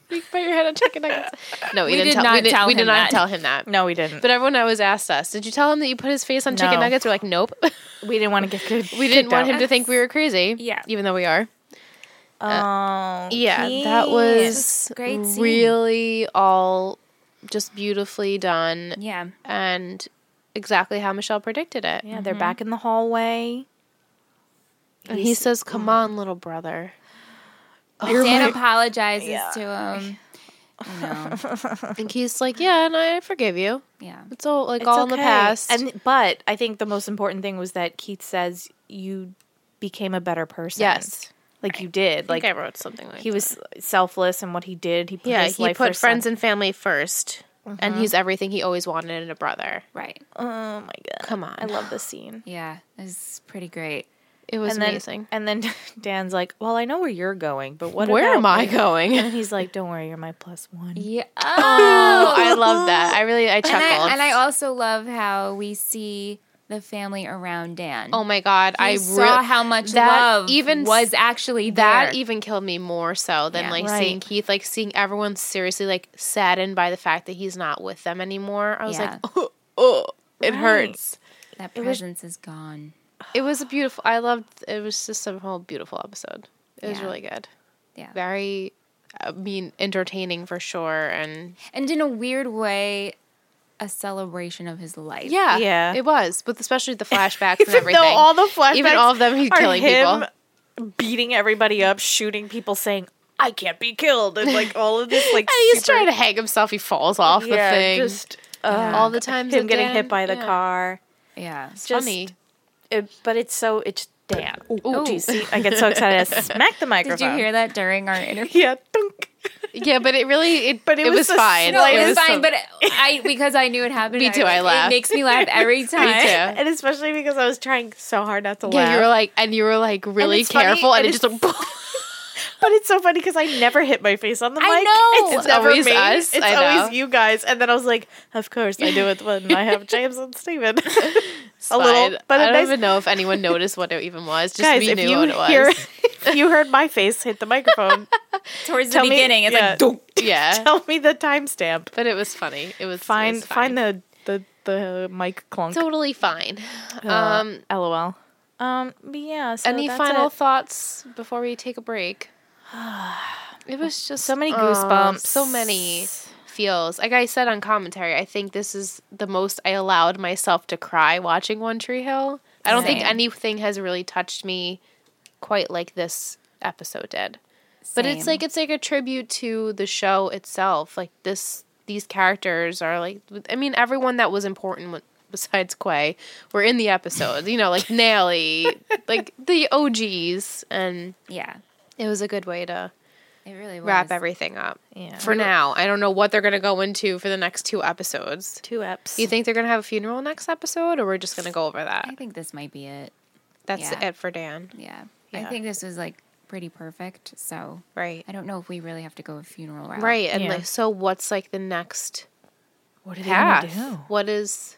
S2: You put your head on chicken <laughs> nuggets. No, we, didn't
S3: did
S2: tell,
S3: not
S2: we did,
S3: tell
S2: we
S3: him
S2: did not
S3: that.
S2: tell him that.
S1: No, we didn't.
S2: But everyone always asked us, did you tell him that you put his face on chicken
S1: No.
S2: nuggets? We're like, nope.
S1: we didn't want to get good.
S2: <laughs> we didn't want him to think we were crazy.
S1: Yeah.
S2: Even though we are.
S1: Oh,
S2: Yeah, that was
S3: great scene.
S2: really all just beautifully done
S3: Yeah.
S2: and exactly how Michelle predicted it.
S1: Yeah, they're back in the hallway.
S2: And he says, "Come on, little brother." Oh,
S3: Dan apologizes
S1: Yeah.
S3: to him. You know,
S2: And he's like, "Yeah, and I forgive you. <laughs>
S3: yeah.
S2: It's all like
S1: It's
S2: all in the
S1: okay.
S2: past."
S1: And but I think the most important thing was that Keith says you became a better person.
S2: yes,
S1: like you did.
S2: like
S1: Like
S2: I wrote something like
S1: he was selfless in what he did. He put
S2: Yeah,
S1: his
S2: he
S1: life
S2: put
S1: first
S2: friends and family 1st and he's everything he always wanted in a brother.
S3: Right.
S1: and- oh my god,
S2: Come on,
S1: I love this scene.
S3: Yeah. It's pretty great.
S2: it was
S1: and then,
S2: <laughs> amazing.
S1: And then <laughs> Dan's like, "Well, I know where you're going, but what?
S2: Where
S1: about
S2: am I
S1: me?"
S2: going?
S1: And he's like, "Don't worry, you're my plus one." <laughs>
S3: Yeah.
S2: Oh, I love that. I really, I chuckled.
S3: and, I, and I also love how we see the family around Dan.
S2: oh my god, I
S3: I
S2: re-
S3: saw how much
S2: that
S3: love
S2: even
S3: even was actually
S2: that
S3: there.
S2: even killed me more so than
S3: Yeah.
S2: like
S1: Right.
S2: seeing Keith, like seeing everyone seriously like saddened by the fact that he's not with them anymore. I was
S3: Yeah.
S2: like, oh, <laughs> oh it
S1: Right.
S2: hurts.
S3: that presence is gone.
S2: It was a beautiful. I loved. It was just a whole beautiful episode. It was
S3: Yeah.
S2: really good.
S3: Yeah.
S2: Very, I mean, entertaining for sure. And
S3: And in a weird way, a celebration of his life.
S2: yeah,
S1: Yeah.
S2: it was. But especially
S1: <laughs>
S2: the flashbacks and everything.
S1: Though all the flashbacks,
S2: even all of them, he's
S1: are
S2: killing
S1: <laughs> him
S2: people.
S1: beating everybody up, shooting people, saying, "I can't be killed," and like all of this,
S2: And
S1: like
S2: <laughs> he's
S1: super-
S2: trying to hang himself. He falls off
S1: yeah,
S2: the thing.
S1: just uh,
S2: all the times
S1: him
S2: that
S1: getting
S2: Dan-
S1: hit by the
S2: yeah.
S1: car.
S3: Yeah.
S1: It's just,
S2: funny.
S1: it- but it's so it's Dan. Oh, geez, see, I get so
S2: <laughs>
S1: excited. I smack the microphone.
S3: Did you hear that during <laughs> our interview?
S1: Yeah, thunk.
S2: Yeah, but it really it but
S1: But
S2: it,
S1: it
S2: was,
S1: was the
S2: fine.
S1: No,
S3: No, it was,
S1: was
S3: fine,
S1: so-
S3: but I because I knew it happened.
S2: Me too, I laughed.
S3: It makes me laugh every time.
S2: too. Yeah.
S1: and especially because I was trying so hard not to
S2: yeah,
S1: laugh.
S2: you were like and you were like really
S1: it's funny,
S2: careful and,
S1: and
S2: it just like
S1: but it's so funny because I never hit my face on the
S3: I
S1: mic.
S3: know.
S1: It's,
S3: It's
S1: never
S2: always
S1: me.
S2: us,
S1: It's
S2: I know.
S1: always you guys. And then I was like, of course I do it when I <laughs> have James and
S2: <laughs>
S1: Steven. <laughs> a
S2: fine.
S1: little, but
S2: I
S1: a
S2: don't
S1: nice
S2: even know if anyone noticed what it even was. Just
S1: guys.
S2: we
S1: If
S2: knew
S1: you
S2: what it was. <laughs>
S1: hear, <laughs> if you heard my face hit <laughs> the microphone,
S3: <laughs> Towards
S1: tell
S3: the
S1: me-
S3: beginning, it's
S1: yeah,
S3: like "Dunk."
S2: yeah.
S1: <laughs> tell me the timestamp.
S2: But it was funny. It was
S1: Find
S2: fine.
S1: find the the the mic clunk.
S2: totally fine. um
S1: um, lol. Um, but yeah. So
S2: any
S1: that's
S2: final
S1: it.
S2: thoughts before we take a
S1: <sighs>
S2: break? It was just
S1: So many
S2: oh,
S1: goosebumps.
S2: so many feels. Like I said on commentary, I think this is the most I allowed myself to cry watching One Tree Hill. I don't think
S3: Same.
S2: anything has really touched me quite like this episode did. But it's
S3: Same.
S2: like it's like a tribute to the show itself. Like this, these characters are like. I mean, everyone that was important wa- besides Quay were in the episode. You know, like Nelly, like the OGs, and
S3: yeah,
S2: it was a good way to
S3: it really was.
S2: wrap everything up.
S1: Yeah.
S2: For now, I don't know what they're gonna go into for the next two episodes.
S1: Two eps.
S2: You think they're gonna have a funeral next episode, or we're just gonna go over
S3: I
S2: that?
S3: think this might be it.
S2: That's
S3: yeah.
S2: it for Dan,
S3: Yeah. I
S1: Yeah.
S3: think this was like pretty perfect. So
S2: right?
S3: I don't know if we really have to go a funeral route.
S2: Right, and
S1: Yeah.
S2: like, so what's like the next
S1: what did
S2: path? What is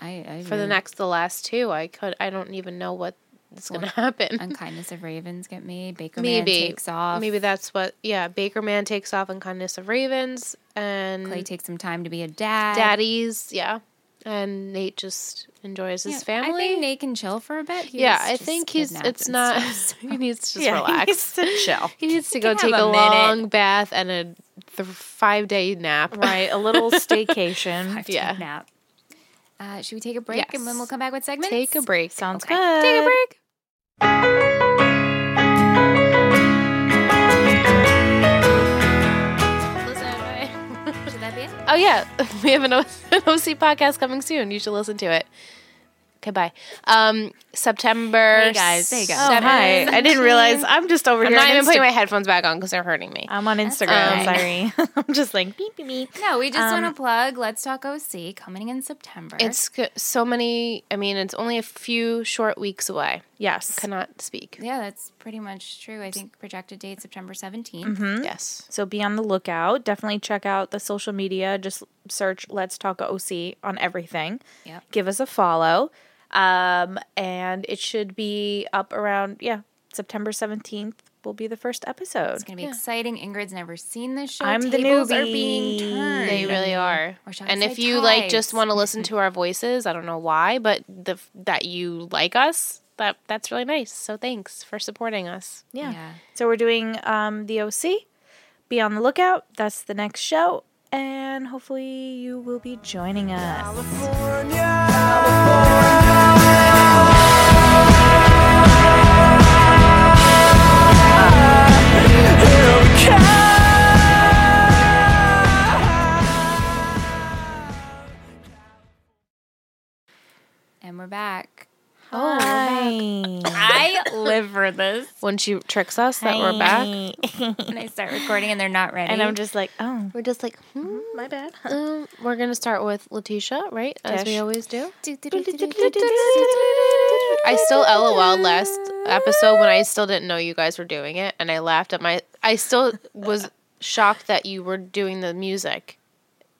S3: I, I
S2: for the
S3: really-
S2: next the last two i could i don't even know what is going to <laughs> happen
S3: unkindness of ravens get made. Baker Man
S2: maybe
S3: takes off.
S2: maybe that's what yeah baker man takes off on kindness of ravens and
S3: Clay takes some time to be a dad.
S2: daddies yeah and nate just enjoys his
S3: Yeah,
S2: family
S3: I think Nate can chill for a bit. He
S2: yeah
S3: was
S2: i
S3: just
S2: think he's
S3: kidnapped
S2: it's
S3: and
S2: not
S3: <laughs>
S2: <laughs>
S3: stuff.
S2: he needs to just
S1: Yeah, <laughs>
S2: relax
S1: he needs to chill.
S2: <laughs> he needs to go
S3: can
S2: take
S3: have
S2: a,
S3: a minute.
S2: long bath and a th- five day nap
S1: right, a little staycation.
S2: yeah.
S3: Kidnapped. Uh, should we take a break and
S2: Yes.
S3: then we'll come back with
S2: <laughs>
S3: segments?
S2: take a break
S1: Sounds
S3: Okay.
S1: good.
S2: take a break Listen, bye.
S3: Should that be it?
S2: Oh yeah, <laughs> we have an, o- an OC podcast coming soon. You should listen to it. Okay, bye. Um, September.
S3: Hey, guys. Hey, guys.
S1: Oh, hi. I
S2: <laughs>
S1: didn't realize. I'm just over
S2: I'm
S1: here.
S2: not
S1: on
S2: even
S1: Insta-
S2: putting my headphones back on because they're hurting me.
S1: I'm on
S2: all
S1: Instagram. Sorry. <laughs> I'm just like beep beep beep.
S3: No, we just
S1: Um,
S3: want to plug Let's Talk OC coming in September.
S2: It's g- so many. I mean, it's only a few short weeks away.
S1: Yes.
S2: Cannot speak.
S3: yeah, that's pretty much true. I think projected date September 17th.
S2: Mm-hmm.
S1: Hmm?
S2: Yes.
S1: So be on the lookout. Definitely check out the social media. Just search Let's Talk OC on everything.
S3: Yep.
S1: Give us a follow. Um, and it should be up around, yeah, September 17th will be the first episode.
S3: It's gonna be exciting. Ingrid's never seen this show.
S1: I'm the
S3: Tables are
S1: newbie.
S3: being turned.
S2: They really are.
S3: Or shall I
S2: And
S3: say
S2: if you like
S3: tides?
S2: just want to listen to our voices, I don't know why, but the f- that you like us, that that's really nice. So thanks for supporting us.
S1: Yeah.
S3: Yeah.
S1: So we're doing um, the OC. Be on the lookout. That's the next show. And hopefully you will be joining us.
S3: And
S2: <laughs>
S3: we're back.
S1: Hi.
S3: I live for this.
S2: When she tricks us that we're back,
S3: And I start recording and they're not ready.
S1: and I'm just like,
S2: <laughs>
S1: oh,
S2: we're just like, hmm,
S1: my bad.
S2: um, we're gonna start with Letitia, right? As we
S1: Tish.
S2: always do.
S1: I
S2: I still LOL last episode when I still didn't know you guys were doing it, and I laughed at my. I still was shocked that you were doing the music,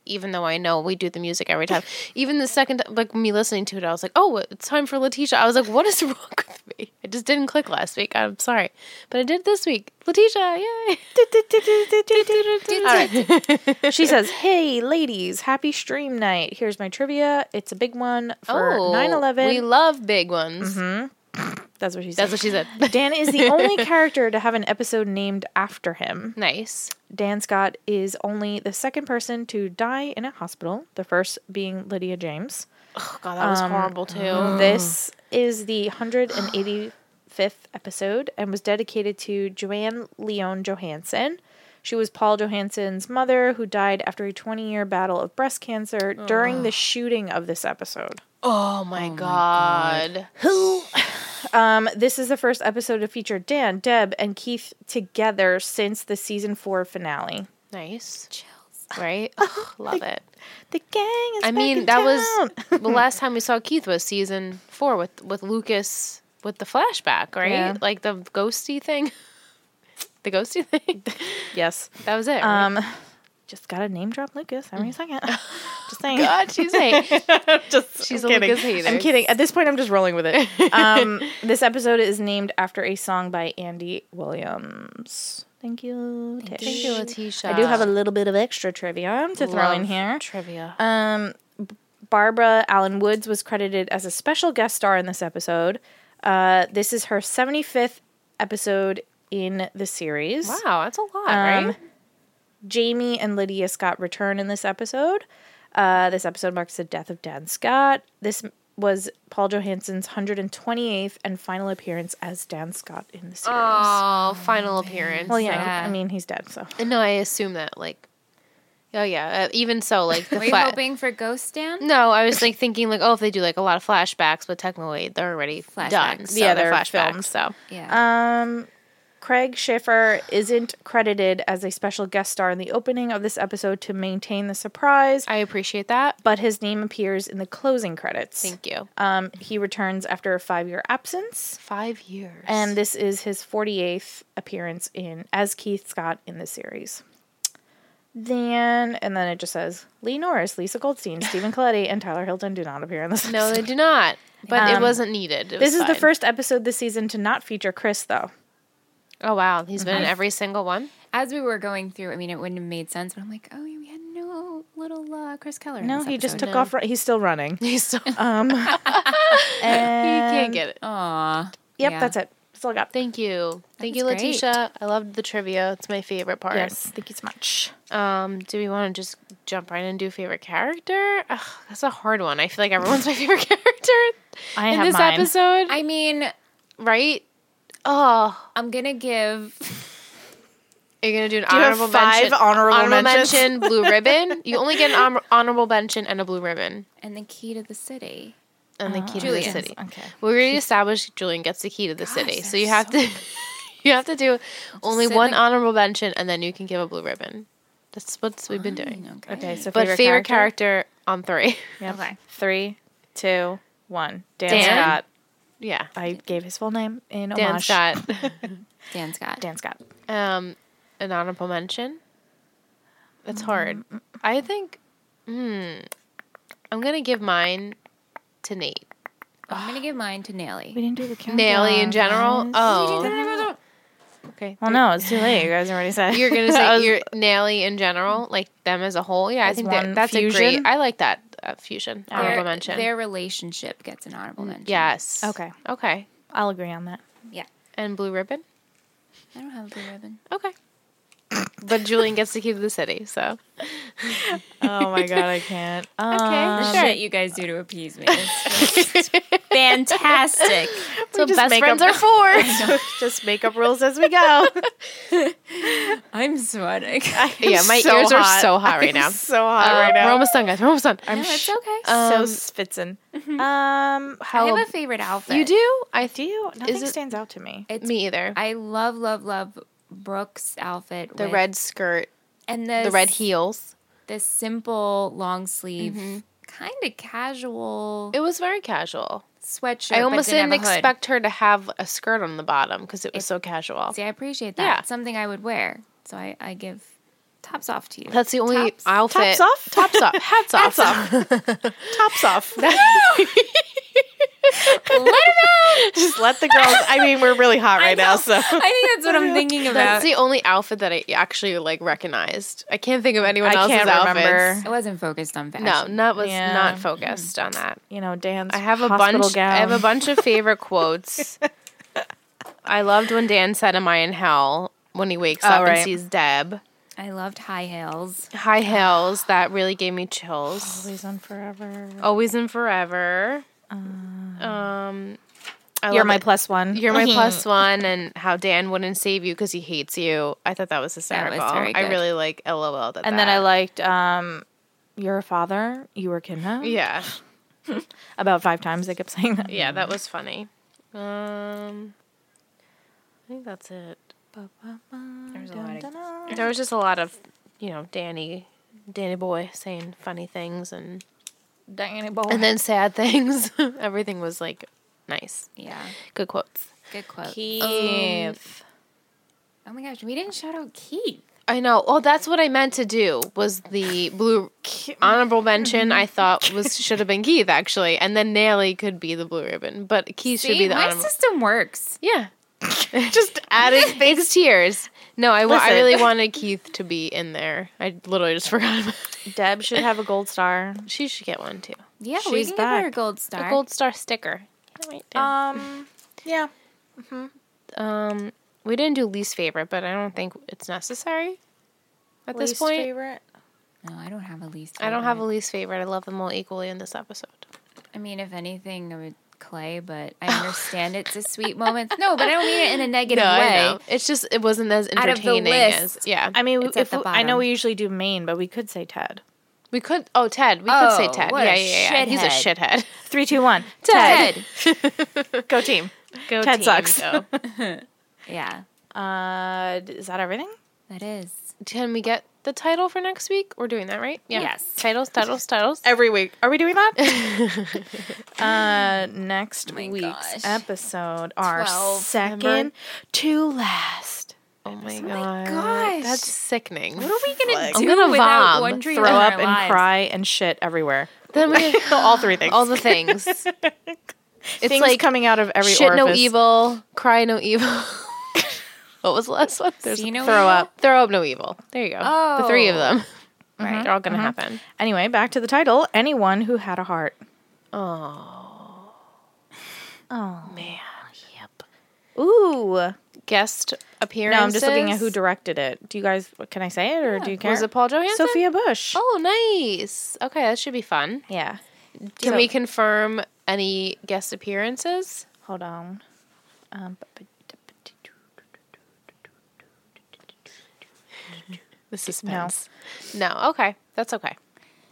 S2: even though I know we do the music every time. Even the second, like me listening to it, I was like, "Oh, it's time for Letitia." I was like, "What is <laughs> wrong with me?" It just didn't click last week. I'm sorry, but I did this week. Letitia, yay! All right.
S1: She says, Hey, ladies, happy stream night. Here's my trivia. It's a big one for Mm-hmm.
S2: Oh,
S1: 9
S2: We
S1: 11.
S2: love big ones.
S1: That's what she said.
S2: That's what she said. <laughs>
S1: Dan is the only character to have an episode named after him.
S2: nice.
S1: Dan Scott is only the second person to die in a hospital, the first being Lydia James.
S2: Oh God, that was horrible too.
S1: This is the 185th episode and was dedicated to Joanne Leon Johansson. She was Paul Johansson's mother who died after a 20 year battle of breast cancer during the shooting of this episode.
S2: Oh my God.
S1: Um, this is the first episode to feature Dan, Deb, and Keith together since the season four finale.
S2: Nice.
S1: <laughs>
S2: Right? Ugh, love it.
S1: The gang is
S2: I
S1: back
S2: mean,
S1: in
S2: that
S1: town. <laughs>
S2: was <laughs> the last time we saw Keith was season four with with Lucas with the flashback, right?
S1: Yeah.
S2: Like the ghosty thing. <laughs> The ghosty thing. <laughs>
S1: yes.
S2: That was it. <laughs> right?
S1: Um, just gotta name drop Lucas
S2: <laughs>
S1: every second. just saying.
S2: God, she's eight.
S1: just
S2: She's
S1: <laughs> I'm
S2: a
S1: kidding.
S2: Lucas hater.
S1: I'm kidding. At this point, I'm just rolling with
S2: <laughs>
S1: it. Um, this episode is named after a song by Andy Williams. Thank you. Tish.
S2: Thank you, Letitia.
S1: I do have a little bit of extra trivia to throw in
S2: Love
S1: here.
S2: trivia.
S1: Um, B- Barbara Allen Woods was credited as a special guest star in this episode. Uh, this is her 75th episode in the series.
S2: wow, that's a lot,
S1: Um,
S2: right?
S1: Jamie and Lydia Scott return in this episode. Uh, this episode marks the death of Dan Scott. This m- was Paul Johansson's 128th and final appearance as Dan Scott in the series.
S2: Oh, final appearance.
S1: well, yeah,
S3: sad.
S1: I mean, he's dead, so.
S2: No, I assume that like. Oh yeah. Uh, even so, like the
S3: Were you
S2: fla-
S3: hoping for Ghost
S1: Mm,
S3: Dan?
S2: No, I was like thinking like, oh, if they do like a lot of flashbacks, but technically they're already done.
S3: Flashbacks.
S2: So
S1: Yeah,
S2: they're,
S1: they're
S2: flashbacks.
S1: filmed.
S2: So
S3: Yeah.
S1: Um, Craig Schiffer isn't credited as a special guest star in the opening of this episode to maintain the surprise,
S2: I appreciate that.
S1: but his name appears in the closing credits.
S2: Thank you.
S1: Um, he returns after a five year absence.
S2: Uh, Five years.
S1: And this is his 48th appearance in as Keith Scott in the series. Then and then it just says Lee Norris, Lisa Goldstein, Stephen Coletti, and Tyler Hilton do not appear in this.
S2: no,
S1: <laughs> episode.
S2: they do not. But it
S1: Um,
S2: wasn't needed. It was
S1: this is the
S2: fine.
S1: first episode this season to not feature Chris, though.
S2: Oh wow, he's been in every single one.
S3: As we were going through, I mean, it wouldn't have made sense, but I'm like, oh, we had no little uh, Chris Keller. in
S1: No,
S3: this
S1: he just
S3: episode.
S1: took off. Run- he's still running.
S2: <laughs> He's <laughs> so you
S1: Um, and-
S2: can't get it.
S3: Aw.
S1: Yep,
S3: Yeah.
S1: that's it. That's all I got.
S2: Thank you, thank
S3: was
S2: you,
S3: great.
S2: Letitia. I loved the trivia. It's my favorite part.
S1: Yes, thank you so much.
S2: Um, do we want to just jump right in and do favorite character? Ugh, that's a hard one. I feel like everyone's my <laughs> favorite character
S1: I
S2: in
S1: have
S2: this
S1: mine.
S2: episode,
S3: I mean,
S2: right? Oh,
S3: I'm gonna give
S2: You're gonna do an
S1: you have
S2: honorable
S1: five
S2: mention.
S1: honorable mentions?
S2: mention, <laughs> blue ribbon. You only get an honor- honorable mention and a blue ribbon,
S3: and the key to the city.
S2: and the
S1: Uh,
S2: key to
S3: Julian's.
S2: the city.
S1: Okay.
S2: We already established Julian gets the key to the city, so you have to, <laughs> you have to do only
S3: Sitting-
S2: one honorable mention, and then you can give a blue ribbon. That's what we've been doing.
S3: Mm, Okay.
S1: Okay, so
S2: But favorite character, on three. <laughs>
S1: Yep.
S3: Okay.
S1: Three, two, one. Dan,
S2: Dan.
S1: Scott.
S2: yeah,
S1: I gave his full name in
S2: Dan
S1: homage.
S2: Scott.
S1: <laughs>
S3: Dan Scott.
S1: Dan Scott.
S2: um, an honorable mention. That's hard.
S1: Mm-hmm.
S2: I think. Hmm. I'm gonna give mine to Nate.
S3: I'm Oh, gonna give mine to Nelly.
S1: Oh We didn't do the countdown.
S2: Oh. Nelly in general.
S1: guys.
S2: Oh, Okay.
S1: Well, no, it's too late. You guys already said.
S2: <laughs> You're
S1: <laughs>
S2: gonna
S1: I
S2: say
S1: was-
S2: your Nelly in general, like them as a whole. Yeah, I
S1: As
S2: think that,
S1: one
S2: that's a
S1: fusion?
S2: great. I like that uh, fusion. Honorable
S3: Their-
S2: mention.
S3: Their relationship gets an
S1: Mm,
S3: honorable mention.
S2: yes.
S1: Okay.
S2: Okay.
S1: I'll agree on that.
S3: Yeah.
S2: And blue ribbon.
S3: I don't have a blue ribbon.
S2: Okay. but Julian gets to keep the city,
S1: <laughs>
S2: so <laughs>
S1: Oh my god, I <laughs> can't.
S2: okay.
S1: Um,
S3: The shit you guys do to appease me. It's just <laughs> fantastic.
S2: so
S1: just
S2: best
S1: make
S2: friends
S1: up-
S2: <laughs> are four.
S1: just make up rules as
S2: <laughs>
S1: we go.
S3: <laughs> I'm sweating.
S2: yeah, my
S1: so
S2: ears
S1: hot.
S2: are so hot
S1: <laughs>
S2: right now.
S1: so hot
S2: Uh,
S1: right now.
S2: We're almost done, guys. We're almost done.
S1: I'm
S3: no, it's okay.
S1: so
S2: um,
S1: spitzen. Um,
S3: I
S1: how
S3: have a favorite outfit.
S2: you do? I
S1: do
S2: do.
S1: you? Nothing
S2: it-
S1: stands out
S2: <laughs>
S1: to me.
S3: It's,
S2: Me either.
S3: I love, love, love Brooke's outfit.
S2: the
S3: with-
S2: red skirt,
S3: and
S2: the red
S3: s-
S2: heels. Mm-hmm.
S3: The simple long sleeve, kind of casual
S2: It was very casual.
S3: sweatshirt.
S2: I
S3: but
S2: almost
S3: didn't,
S2: didn't
S3: have a hood.
S2: expect her to have a skirt on the bottom because it was so casual.
S3: See, I appreciate that.
S2: Yeah.
S3: It's something I would wear. So I, I give tops off to you.
S2: That's the only
S3: Tops?
S2: outfit.
S1: Tops
S2: <laughs>
S1: off?
S2: Tops off. Hats off. <laughs>
S1: Tops off.
S3: Let 'em
S1: <laughs> just let the girls. I mean, we're really hot right now, so
S3: out. <laughs> I think that's what I'm thinking
S2: <laughs>
S3: about.
S2: That's the only outfit that I actually like recognized. I can't think of anyone
S1: I
S2: else's
S1: can't
S2: outfits.
S1: remember.
S3: I wasn't focused on fashion.
S2: No, not was
S1: Yeah.
S2: not focused on that.
S1: you know, Dan's.
S2: I have a
S1: hospital
S2: bunch.
S1: Gown.
S2: I have a bunch of favorite
S1: <laughs>
S2: quotes. I loved when Dan said, "Am I in hell?" When he wakes
S1: Oh,
S2: up and
S1: right.
S2: sees Deb.
S3: I loved high heels.
S2: High heels that really gave me chills.
S1: Always on forever.
S2: Always and forever. Um, I
S1: Uh, You're
S2: love
S1: my
S2: it.
S1: plus one. Mm-hmm.
S2: You're my
S1: <laughs>
S2: plus one, and how Dan wouldn't save you because he hates you. I thought that was hysterical.
S3: very
S2: I
S3: good.
S2: really like LOL. That
S1: and then I liked. um You're a father. You were kidnapped.
S2: yeah,
S1: About five times they kept saying that.
S2: yeah, that was funny. Um, I think that's it.
S3: There's a lot of
S2: There was just a lot of, you know, Danny, Danny boy saying funny things and
S1: Danny Boy.
S2: and then sad <laughs> things. Everything was like nice,
S3: yeah,
S2: good quotes. Um,
S3: good quote.
S1: Keith.
S3: Oh my gosh, we didn't shout out Keith.
S2: I know. Oh, that's what I meant to do was the blue honorable mention. I thought was should have been Keith actually, and then Nelly could be the blue ribbon, but Keith should be
S3: See,
S2: the
S3: my
S2: honorable.
S3: system works.
S2: yeah, just adding things tears. No, I, wa- I
S1: Listen.
S2: really wanted Keith to be in there. I literally just forgot. About
S1: Deb should have a gold star.
S2: She should get one too.
S3: Yeah, we
S1: She's
S3: can give her a
S1: back.
S3: gold star.
S2: A gold star sticker.
S1: <laughs> Um. Yeah.
S2: Um, we didn't do least favorite, but I don't think it's necessary at this
S1: Least
S2: point.
S1: favorite.
S3: No, I don't have a least.
S2: I don't have a
S3: favorite.
S2: least favorite. I love them all equally in this episode.
S3: I mean, if anything, I would Clay, but
S2: <laughs>
S3: I understand it's a sweet moment. No, but I don't mean it in a negative way.
S2: It's just it wasn't as
S3: Out of the
S2: entertaining as
S3: list.
S2: yeah.
S1: I mean,
S3: It's
S1: if
S3: at the
S1: I know
S3: bottom.
S1: we usually do Maine, but we could say Ted.
S2: we could oh Ted. We could
S3: Oh,
S2: say Ted.
S3: what a
S2: Yeah, yeah, yeah. He's a shithead.
S1: Three, two, one.
S3: Ted.
S1: <laughs> Go team.
S2: Go
S1: Ted
S2: team,
S1: sucks.
S2: go.
S3: Yeah,
S1: Uh, d- is that everything?
S3: that is.
S2: <laughs> Can we get the title for next week? We're doing that, right? Yeah.
S3: Yes.
S2: Titles, titles, titles.
S1: Every week. Are we doing that? <laughs> uh, next
S3: my
S1: week's
S3: gosh.
S1: episode, our
S3: Twelve,
S1: second
S2: remember?
S1: to last.
S2: oh my god.
S3: gosh.
S2: That's sickening.
S3: What are we gonna
S2: I'm
S3: do
S2: gonna
S3: without
S2: vom,
S3: one dream
S1: Throw
S3: in
S1: up
S3: our
S1: and
S3: lives?
S1: cry and shit everywhere.
S2: then we
S1: All three things.
S2: all the things. It's
S1: things
S2: like
S1: coming out of every
S2: shit
S1: orifice.
S2: no evil, cry no evil. <laughs> what was the last one? There's
S3: See no
S2: throw
S3: evil?
S2: up, throw up no evil. There you go. The three of
S3: Oh.
S2: them.
S3: Right.
S2: They're all gonna happen.
S1: Anyway, back to the title. Anyone who had a heart.
S3: Mm-hmm.
S1: Oh.
S2: Man, yep.
S1: Ooh.
S2: Guest appearance.
S1: No, I'm just looking at who directed it. Do you guys? Can I say it or do you care?
S2: Was it Paul Johansson?
S1: Sophia Bush.
S2: Oh, nice. Okay, that should be fun.
S1: Yeah.
S2: Can
S1: So-
S2: we confirm any guest appearances?
S1: Hold on. Um, bu- bu-
S2: The suspense. No. Okay, that's okay.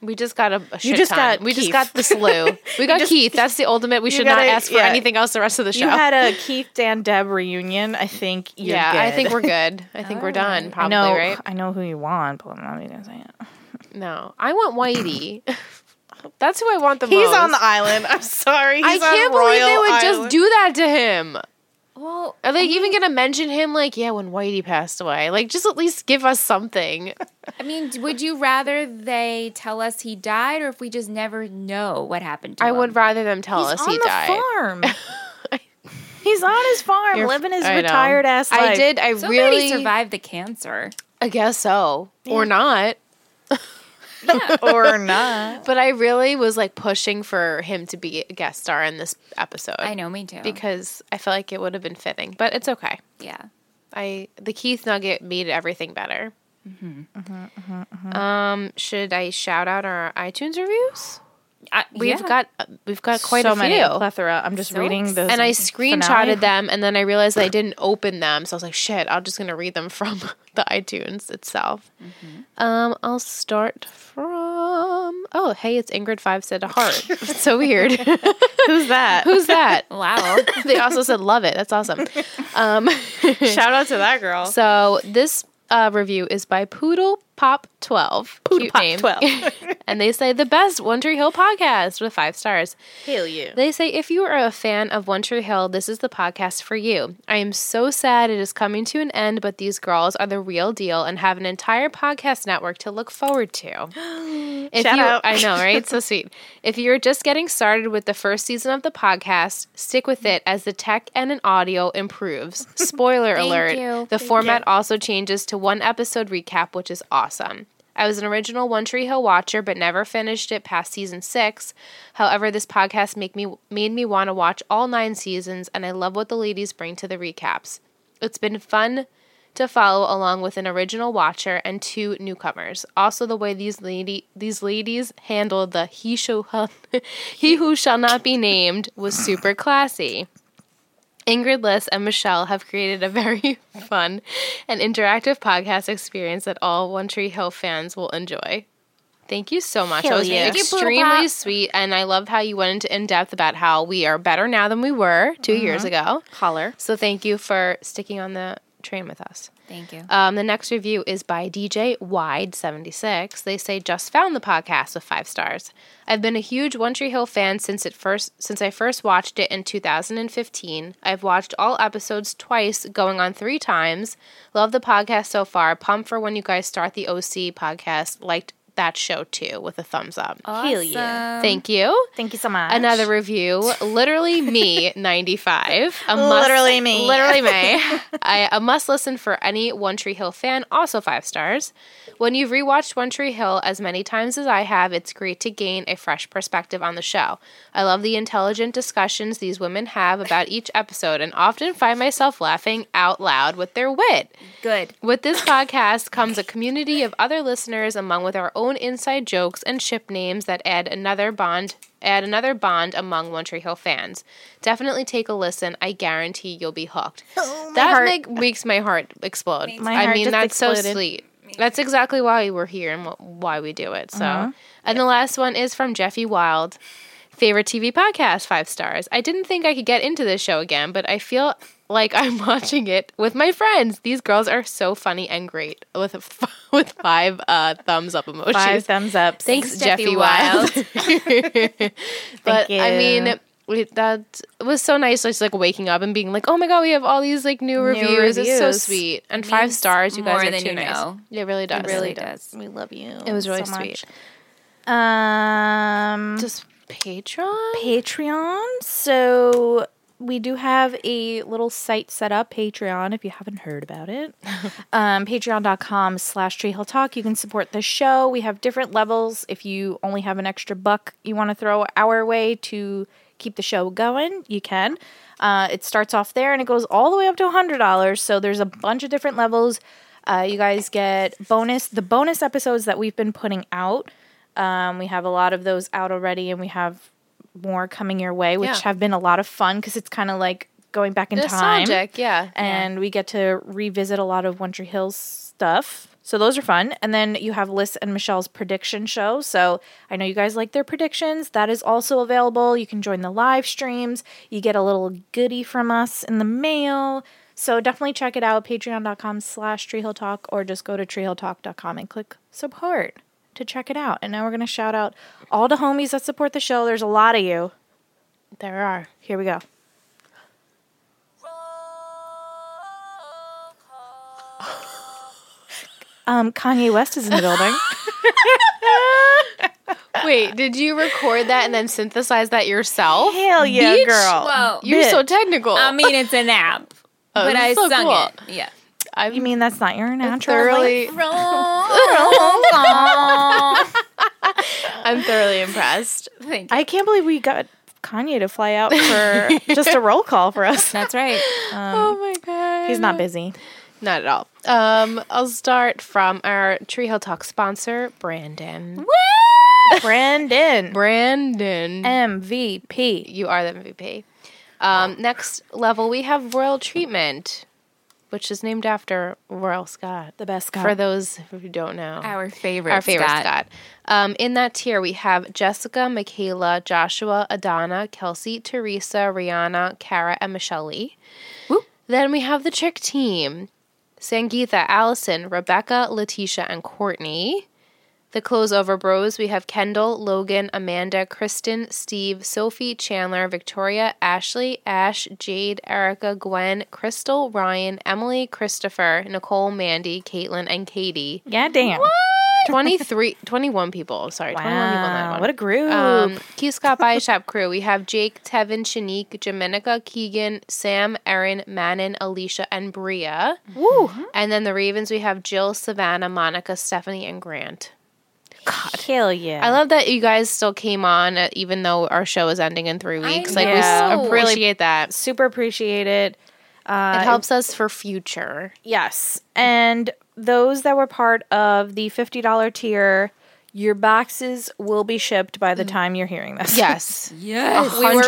S2: We just got a, a shit
S1: just
S2: ton.
S1: got
S2: we just
S1: Keith.
S2: got the
S1: <laughs>
S2: slew. We got Keith. That's the ultimate. We should not
S1: gotta-
S2: ask for
S1: yeah.
S2: anything else the rest of the show.
S1: You had a Keith Dan Deb reunion. I think you're
S2: yeah, I
S1: good.
S2: think we're good. I think we're done.
S1: I
S2: Probably
S1: know.
S2: right.
S1: I know who you want, but I'm not even gonna say it.
S2: No, I want Whitey. <laughs> That's who I want the
S1: He's
S2: most.
S1: on the island. I'm sorry. He's
S2: I can't
S1: on
S2: believe they
S1: Royal
S2: would just
S1: Island. Mm-hmm.
S2: do that to him.
S3: Well,
S2: Are they even gonna mention him? Like, yeah, when Whitey passed away. Like, just at least give us something.
S3: I mean, would you rather they tell us he died, or if we just never know what happened to
S2: I
S3: him?
S2: would rather them tell us
S1: He's <laughs> on
S2: he
S1: the
S2: died.
S1: farm. He's on his farm,
S2: You're-
S1: living his
S2: I know.
S1: retired ass life.
S2: I
S1: <laughs>
S2: did. I
S3: Somebody
S2: really
S3: survived the cancer.
S2: I guess so, or not.
S1: or not.
S2: But I really was like pushing for him to be a guest star in this episode.
S3: I know, me too.
S2: because I felt like it would have been fitting, but it's okay.
S3: yeah,
S2: I the Keith nugget made everything better.
S3: Mm-hmm.
S2: Um, should I shout out our iTunes reviews?
S3: I,
S2: We've
S3: Uh, yeah.
S2: got we've got quite
S1: so
S2: a few.
S1: many plethora. I'm just
S3: So
S1: reading those,
S2: and I screenshotted
S1: finale.
S2: them, and then I realized
S1: <laughs>
S2: I didn't open them, so I was like, "Shit, I'm just gonna read them from <laughs> the iTunes itself."
S1: Mm-hmm.
S2: Um, I'll start from oh, hey, it's Ingrid Five said a heart. It's so weird. <laughs>
S1: Who's <laughs> that?
S2: Who's that? <laughs>
S3: wow.
S2: they also said love it. That's awesome. Um,
S1: Shout out to that girl. <laughs>
S2: so this uh, review is by Poodle Pop Twelve.
S1: Poodle Pop 12.
S2: <laughs> and they say the best One Tree Hill podcast with five stars.
S1: Hail <laughs> you.
S2: They say if you are a fan of One Tree Hill, this is the podcast for you. I am so sad it is coming to an end, but these girls are the real deal and have an entire podcast network to look forward
S1: <gasps>
S2: to. If
S1: Shout
S2: you,
S1: out.
S2: I know, right?
S1: <laughs>
S2: So sweet. If you're just getting started with the first season of the podcast, stick with it as the tech and an audio improves. Spoiler
S3: Thank
S2: alert:
S3: you.
S2: the format also changes to one episode recap, which is awesome. I was an original One Tree Hill watcher, but never finished it past season six. However, this podcast make me made me want to watch all nine seasons, and I love what the ladies bring to the recaps. It's been fun to follow along with an original watcher and two newcomers. Also, the way these lady these ladies handled the he shall <laughs> he who shall not be named was super classy. Ingrid Liss and Michelle have created a very <laughs> fun and interactive podcast experience that all One Tree Hill fans will enjoy. Thank you so much. That
S1: Hell
S2: was
S1: yeah. Thank you,
S3: Poodle
S2: extremely
S3: Pop.
S2: sweet, and I loved how you went into in depth about how we are better now than we were 2 years ago.
S1: Mm-hmm. Holler.
S2: So thank you for sticking on the train with us.
S3: Thank you.
S2: Um, the next review is by DJ Wide76. They say just found the podcast with five stars. I've been a huge One Tree Hill fan since it first since I first watched it in 2015. I've watched all episodes twice, going on three times. Love the podcast so far. Pump for when you guys start the OC podcast. Liked that show too with a thumbs up.
S1: Hail you.
S2: Thank you.
S1: Thank you so much.
S2: Another review, literally
S1: <laughs>
S2: me, 95. A must-
S1: Literally me.
S2: Literally
S1: <laughs>
S2: me. I, a must listen for any One Tree Hill fan, also five stars. When you've rewatched One Tree Hill as many times as I have, it's great to gain a fresh perspective on the show. I love the intelligent discussions these women have about each episode and often find myself laughing out loud with their wit.
S3: Good.
S2: With this podcast comes a community of other listeners, among with our own inside jokes and ship names that add another bond. Add another bond among One Tree Hill fans. Definitely take a listen. I guarantee you'll be hooked. that
S1: Oh, heart-
S2: make, makes my heart explode.
S1: My
S2: I
S1: heart
S2: mean,
S1: just
S2: that's so
S1: exploded.
S2: sweet. That's exactly why we're here and wh- why we do it. So,
S1: Uh-huh.
S2: and the last one is from Jeffy Wild. Favorite TV podcast, five stars. I didn't think I could get into this show again, but I feel like I'm <laughs> watching it with my friends. These girls are so funny and great. With <laughs> a f- with five uh, thumbs up emojis.
S1: Five thumbs up.
S2: Thanks, Jeffy, <laughs>
S3: Jeffy
S2: Wild. but I
S1: you.
S2: mean. we- That was so nice, just like waking up and being like, "Oh my god, we have all these like new reviews. It's so
S1: reviews.
S2: sweet." And five
S3: means
S2: stars, you guys
S3: more
S2: are
S3: than
S2: too
S3: you
S2: nice.
S3: know.
S2: It really does.
S3: really does.
S1: We love you.
S2: It was really
S1: so
S2: sweet.
S1: much. Um,
S2: Just Patreon.
S1: Patreon. So we do have a little site set up, Patreon, if you haven't heard about it. um, Patreon.com slash Tree Hill Talk. You can support the show. We have different levels. If you only have an extra buck you want to throw our way to keep the show going, you can. Uh, it starts off there and it goes all the way up to $100. So there's a bunch of different levels. Uh, you guys get bonus the bonus episodes that we've been putting out. Um, we have a lot of those out already, and we have more coming your way, which
S2: Yeah.
S1: have been a lot of fun because it's kind of like going back in time.
S2: Nostalgic, yeah.
S1: And we get to revisit a lot of One Tree Hill stuff. So those are fun. And then you have Liz and Michelle's prediction show. So I know you guys like their predictions. That is also available. You can join the live streams. You get a little goodie from us in the mail. So definitely check it out, patreon.com slash treehilltalk, or just go to treehilltalk.com and click support to check it out. And now we're going to shout out all the homies that support the show. There's a lot of you.
S2: there are.
S1: Here we go. <laughs> Um, Kanye West is in the building.
S2: Wait, did you record that and then synthesize that yourself?
S1: Hell yeah,
S2: Bitch.
S1: girl.
S3: Well,
S2: You're so
S1: Bitch.
S2: technical.
S3: I mean, it's an app,
S2: <laughs> Oh,
S3: but
S2: this
S3: I
S2: is so
S3: sung
S2: cool.
S3: it. Yeah.
S2: I'm
S1: you mean that's not your natural?
S2: thoroughly, Oh I'm thoroughly impressed.
S3: <laughs> Thank you.
S1: I can't believe we got Kanye to fly out
S2: <laughs>
S1: for just a roll call for us. Um,
S3: That's
S1: <laughs>
S3: right.
S2: <laughs> oh my god,
S1: He's not busy.
S2: Not at all. Um, I'll start from our Tree Hill Talk sponsor, Brandon.
S1: Brandon.
S2: Brandon,
S1: MVP.
S2: you are the MVP. Um, next level, we have Royal Treatment, which is named after Royal Scott.
S1: The best Scott.
S2: For those who don't know,
S3: Our favorite.
S2: our favorite Scott.
S3: Scott.
S2: Um, in that tier, we have Jessica, Michaela, Joshua, Adana, Kelsey, Teresa, Rihanna, Kara, and Michelle Lee.
S3: Woo.
S2: Then we have the Trick Team Sangeetha, Allison, Rebecca, Letitia, and Courtney. The Closeover Bros, we have Kendall, Logan, Amanda, Kristen, Steve, Sophie, Chandler, Victoria, Ashley, Ash, Jade, Erica, Gwen, Crystal, Ryan, Emily, Christopher, Nicole, Mandy, Caitlin, and Katie.
S1: Yeah, damn.
S2: 23, 21 people. I'm Sorry, 21 people in that
S1: Wow.
S2: one.
S1: What a group.
S2: um, Key Scott Buy Shop crew. We have Jake, Tevin, Shanique, Jamenica, Keegan, Sam, Erin, Manon, Alicia, and Bria.
S1: Woo.
S2: And then the Ravens, we have Jill, Savannah, Monica, Stephanie, and Grant.
S1: Hell yeah.
S2: I love that you guys still came on, uh, even though our show is ending in three weeks. Like, we s-
S1: know.
S2: appreciate that.
S1: Super appreciate it. Uh,
S2: It helps us for
S1: <laughs>
S2: future.
S1: Yes. And those that were part of the $50 tier, your boxes will be shipped by
S2: Mm.
S1: the time you're hearing this.
S2: Yes.
S3: Yes.
S1: We were, we were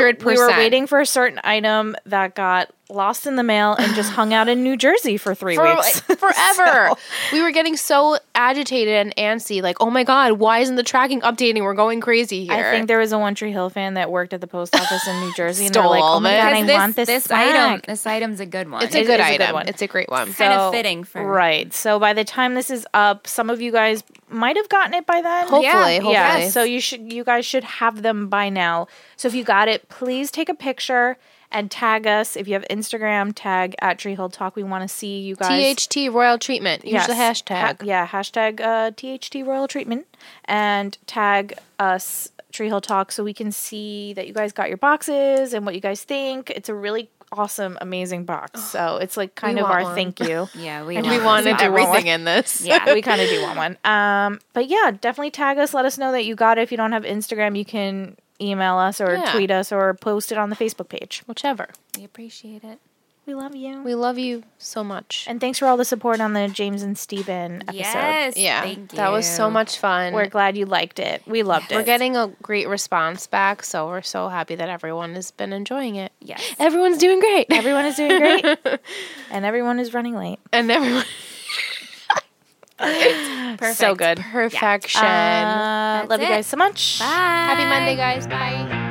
S2: 100%.
S1: waiting for a certain item that got lost in the mail and just hung out in New Jersey for three
S2: for
S1: weeks. <laughs>
S2: like, forever. We were getting so agitated and antsy, like, oh my god, why isn't the tracking updating? We're going crazy here.
S1: I think there was a One Tree Hill fan that worked at the post office in New Jersey, and they're
S2: Stole
S1: like,
S2: all
S1: "Oh
S2: of
S1: my
S2: it.
S1: god, I
S3: Because this,
S1: want this,
S3: this
S1: snack.
S3: item. This item's a good one.
S2: it's a
S1: It
S2: good
S1: is a good
S2: item.
S1: one.
S2: It's a great one.
S3: kinda fitting for-
S1: right. So by the time this is up, some of you guys might have gotten it by then.
S2: Hopefully, hopefully.
S1: Yeah, so you should you guys should have them by now. So if you got it, please take a picture and tag us. If you have Instagram, tag at Tree Hill Talk. We want to see you guys.
S2: THT Royal Treatment. Use
S1: Yes.
S2: the hashtag.
S1: Ha- yeah, hashtag uh, THT Royal Treatment and tag us Tree Hill Talk so we can see that you guys got your boxes and what you guys think. It's a really awesome, amazing box. So it's like kind
S2: We
S1: of
S2: want
S1: our
S2: one. <laughs>
S1: thank you.
S3: Yeah, we
S1: And
S2: we
S1: Yeah.
S2: want to
S1: Yeah.
S2: do
S1: Everyone.
S2: everything in this.
S3: <laughs> Yeah.
S1: we kind of do want one. Um, but yeah, definitely tag us. Let us know that you got it. If you don't have Instagram, you can email us or
S2: Yeah.
S1: tweet us or post it on the Facebook page.
S2: Whichever.
S3: we appreciate it.
S1: We love you.
S2: We love you so much.
S1: and thanks for all the support on the James and Steven episode.
S3: Yes.
S2: yeah.
S3: Thank you.
S2: That was so much fun.
S1: We're glad you liked it. We loved it.
S2: We're getting a great response back, so we're so happy that everyone has been enjoying it.
S3: Yes.
S2: Everyone's doing great.
S1: Everyone is doing great, and everyone is running late.
S2: <laughs> and everyone
S3: Perfect.
S1: So good.
S2: perfection.
S1: Uh, love you
S3: it.
S1: Uh, guys so much.
S3: Bye.
S2: Happy Monday, guys. Bye.